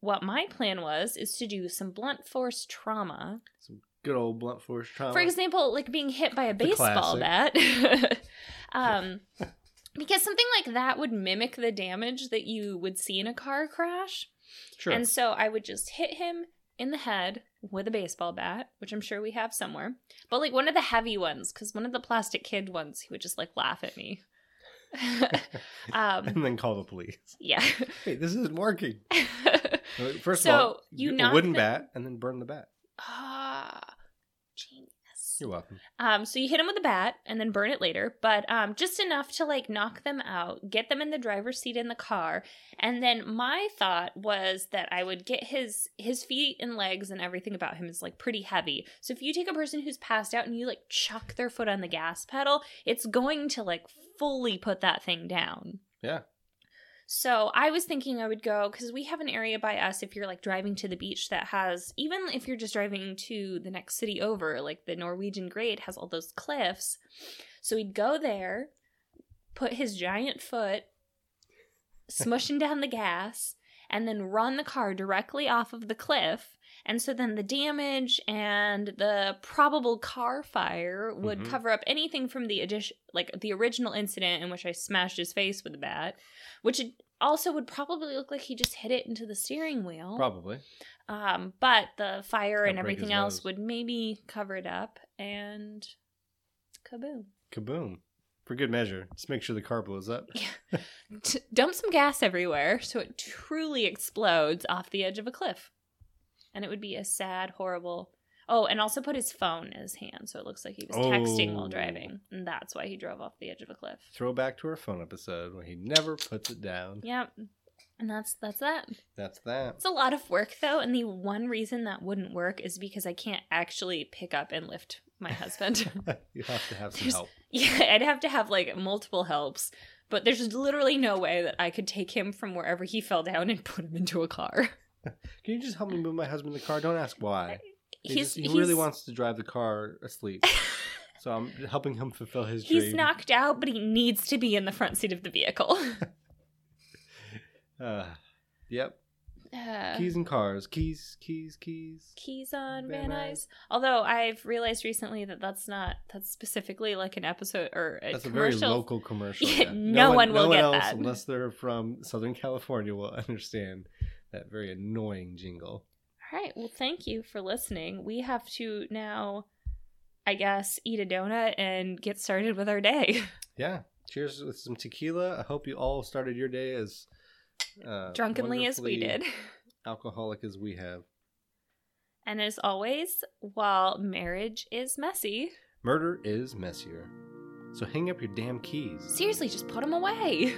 Speaker 3: what my plan was is to do some blunt force trauma
Speaker 2: Good old blunt force trauma.
Speaker 3: for example, like being hit by a
Speaker 2: The
Speaker 3: baseball bat. um, because something like that would mimic the damage that you would see in a car crash.
Speaker 2: sure.
Speaker 3: And so I would just hit him in the head with a baseball bat, which I'm sure we have somewhere. But like one of the heavy ones, because one of the plastic kid ones, he would just like laugh at me. um,
Speaker 2: and then call the police.
Speaker 3: yeah.
Speaker 2: Hey, this isn't working. Uh, First
Speaker 3: So,
Speaker 2: of all,
Speaker 3: you
Speaker 2: you a
Speaker 3: knock
Speaker 2: wooden
Speaker 3: the-
Speaker 2: bat and then burn the bat.
Speaker 3: Ah, genius.
Speaker 2: You're welcome.
Speaker 3: Um, so you hit them with a bat and then burn it later, but um, just enough to like knock them out, get them in the driver's seat in the car, and then my thought was that I would get his his feet and legs and everything about him is like pretty heavy. So if you take a person who's passed out and you like chuck their foot on the gas pedal, it's going to like fully put that thing down.
Speaker 2: Yeah.
Speaker 3: So I was thinking I would go because we have an area by us if you're like driving to the beach that has even if you're just driving to the next city over, like the Norwegian Grade has all those cliffs. So we'd go there, put his giant foot smushing down the gas, and then run the car directly off of the cliff. And so then the damage and the probable car fire would
Speaker 2: Mhm.
Speaker 3: cover up anything from the addition, like the original incident in which I smashed his face with a bat, which it also would probably look like he just hit it into the steering wheel.
Speaker 2: Probably.
Speaker 3: Um, but the fire and
Speaker 2: Kinda break his
Speaker 3: everything else
Speaker 2: nose.
Speaker 3: would maybe cover it up, and kaboom!
Speaker 2: Kaboom. For good measure. Just make sure the car blows up.
Speaker 3: T- dump some gas everywhere so it truly explodes off the edge of a cliff, and it would be a sad, horrible. Oh, and also put his phone in his hand so it looks like he was texting
Speaker 2: Oh.
Speaker 3: while driving, and that's why he drove off the edge of a cliff.
Speaker 2: Throwback to our phone episode where he never puts it down.
Speaker 3: Yep. And that's that's that.
Speaker 2: That's that.
Speaker 3: It's a lot of work though, and the one reason that wouldn't work is because I can't actually pick up and lift my husband.
Speaker 2: you have to have some
Speaker 3: There's-
Speaker 2: help.
Speaker 3: Yeah, I'd have to have like multiple helps, but there's literally no way that I could take him from wherever he fell down and put him into a car.
Speaker 2: Can you just help me move my husband in the car? Don't ask why. He,
Speaker 3: He's
Speaker 2: just- he
Speaker 3: he's-
Speaker 2: really wants to drive the car asleep. so I'm helping him fulfill his dream.
Speaker 3: He's knocked out, but he needs to be in the front seat of the vehicle.
Speaker 2: Uh, yep.
Speaker 3: Uh,
Speaker 2: keys and cars. Keys, keys, keys.
Speaker 3: keys on
Speaker 2: Van
Speaker 3: Van
Speaker 2: Nuys.
Speaker 3: Nuys. Although I've realized recently that that's not that's specifically like an episode or a
Speaker 2: That's a very
Speaker 3: commercial.
Speaker 2: local commercial.
Speaker 3: Yeah, no one will get that.
Speaker 2: unless they're from Southern California will understand that very annoying jingle.
Speaker 3: All right. Well, thank you for listening. We have to now, I guess, eat a donut and get started with our day.
Speaker 2: Yeah. Cheers with some tequila. I hope you all started your day as uh,
Speaker 3: Drunkenly as we
Speaker 2: wonderfully
Speaker 3: did.
Speaker 2: alcoholic as we have.
Speaker 3: And as always, while marriage is messy,
Speaker 2: Murder is messier. So hang up your damn keys.
Speaker 3: seriously, just put them away.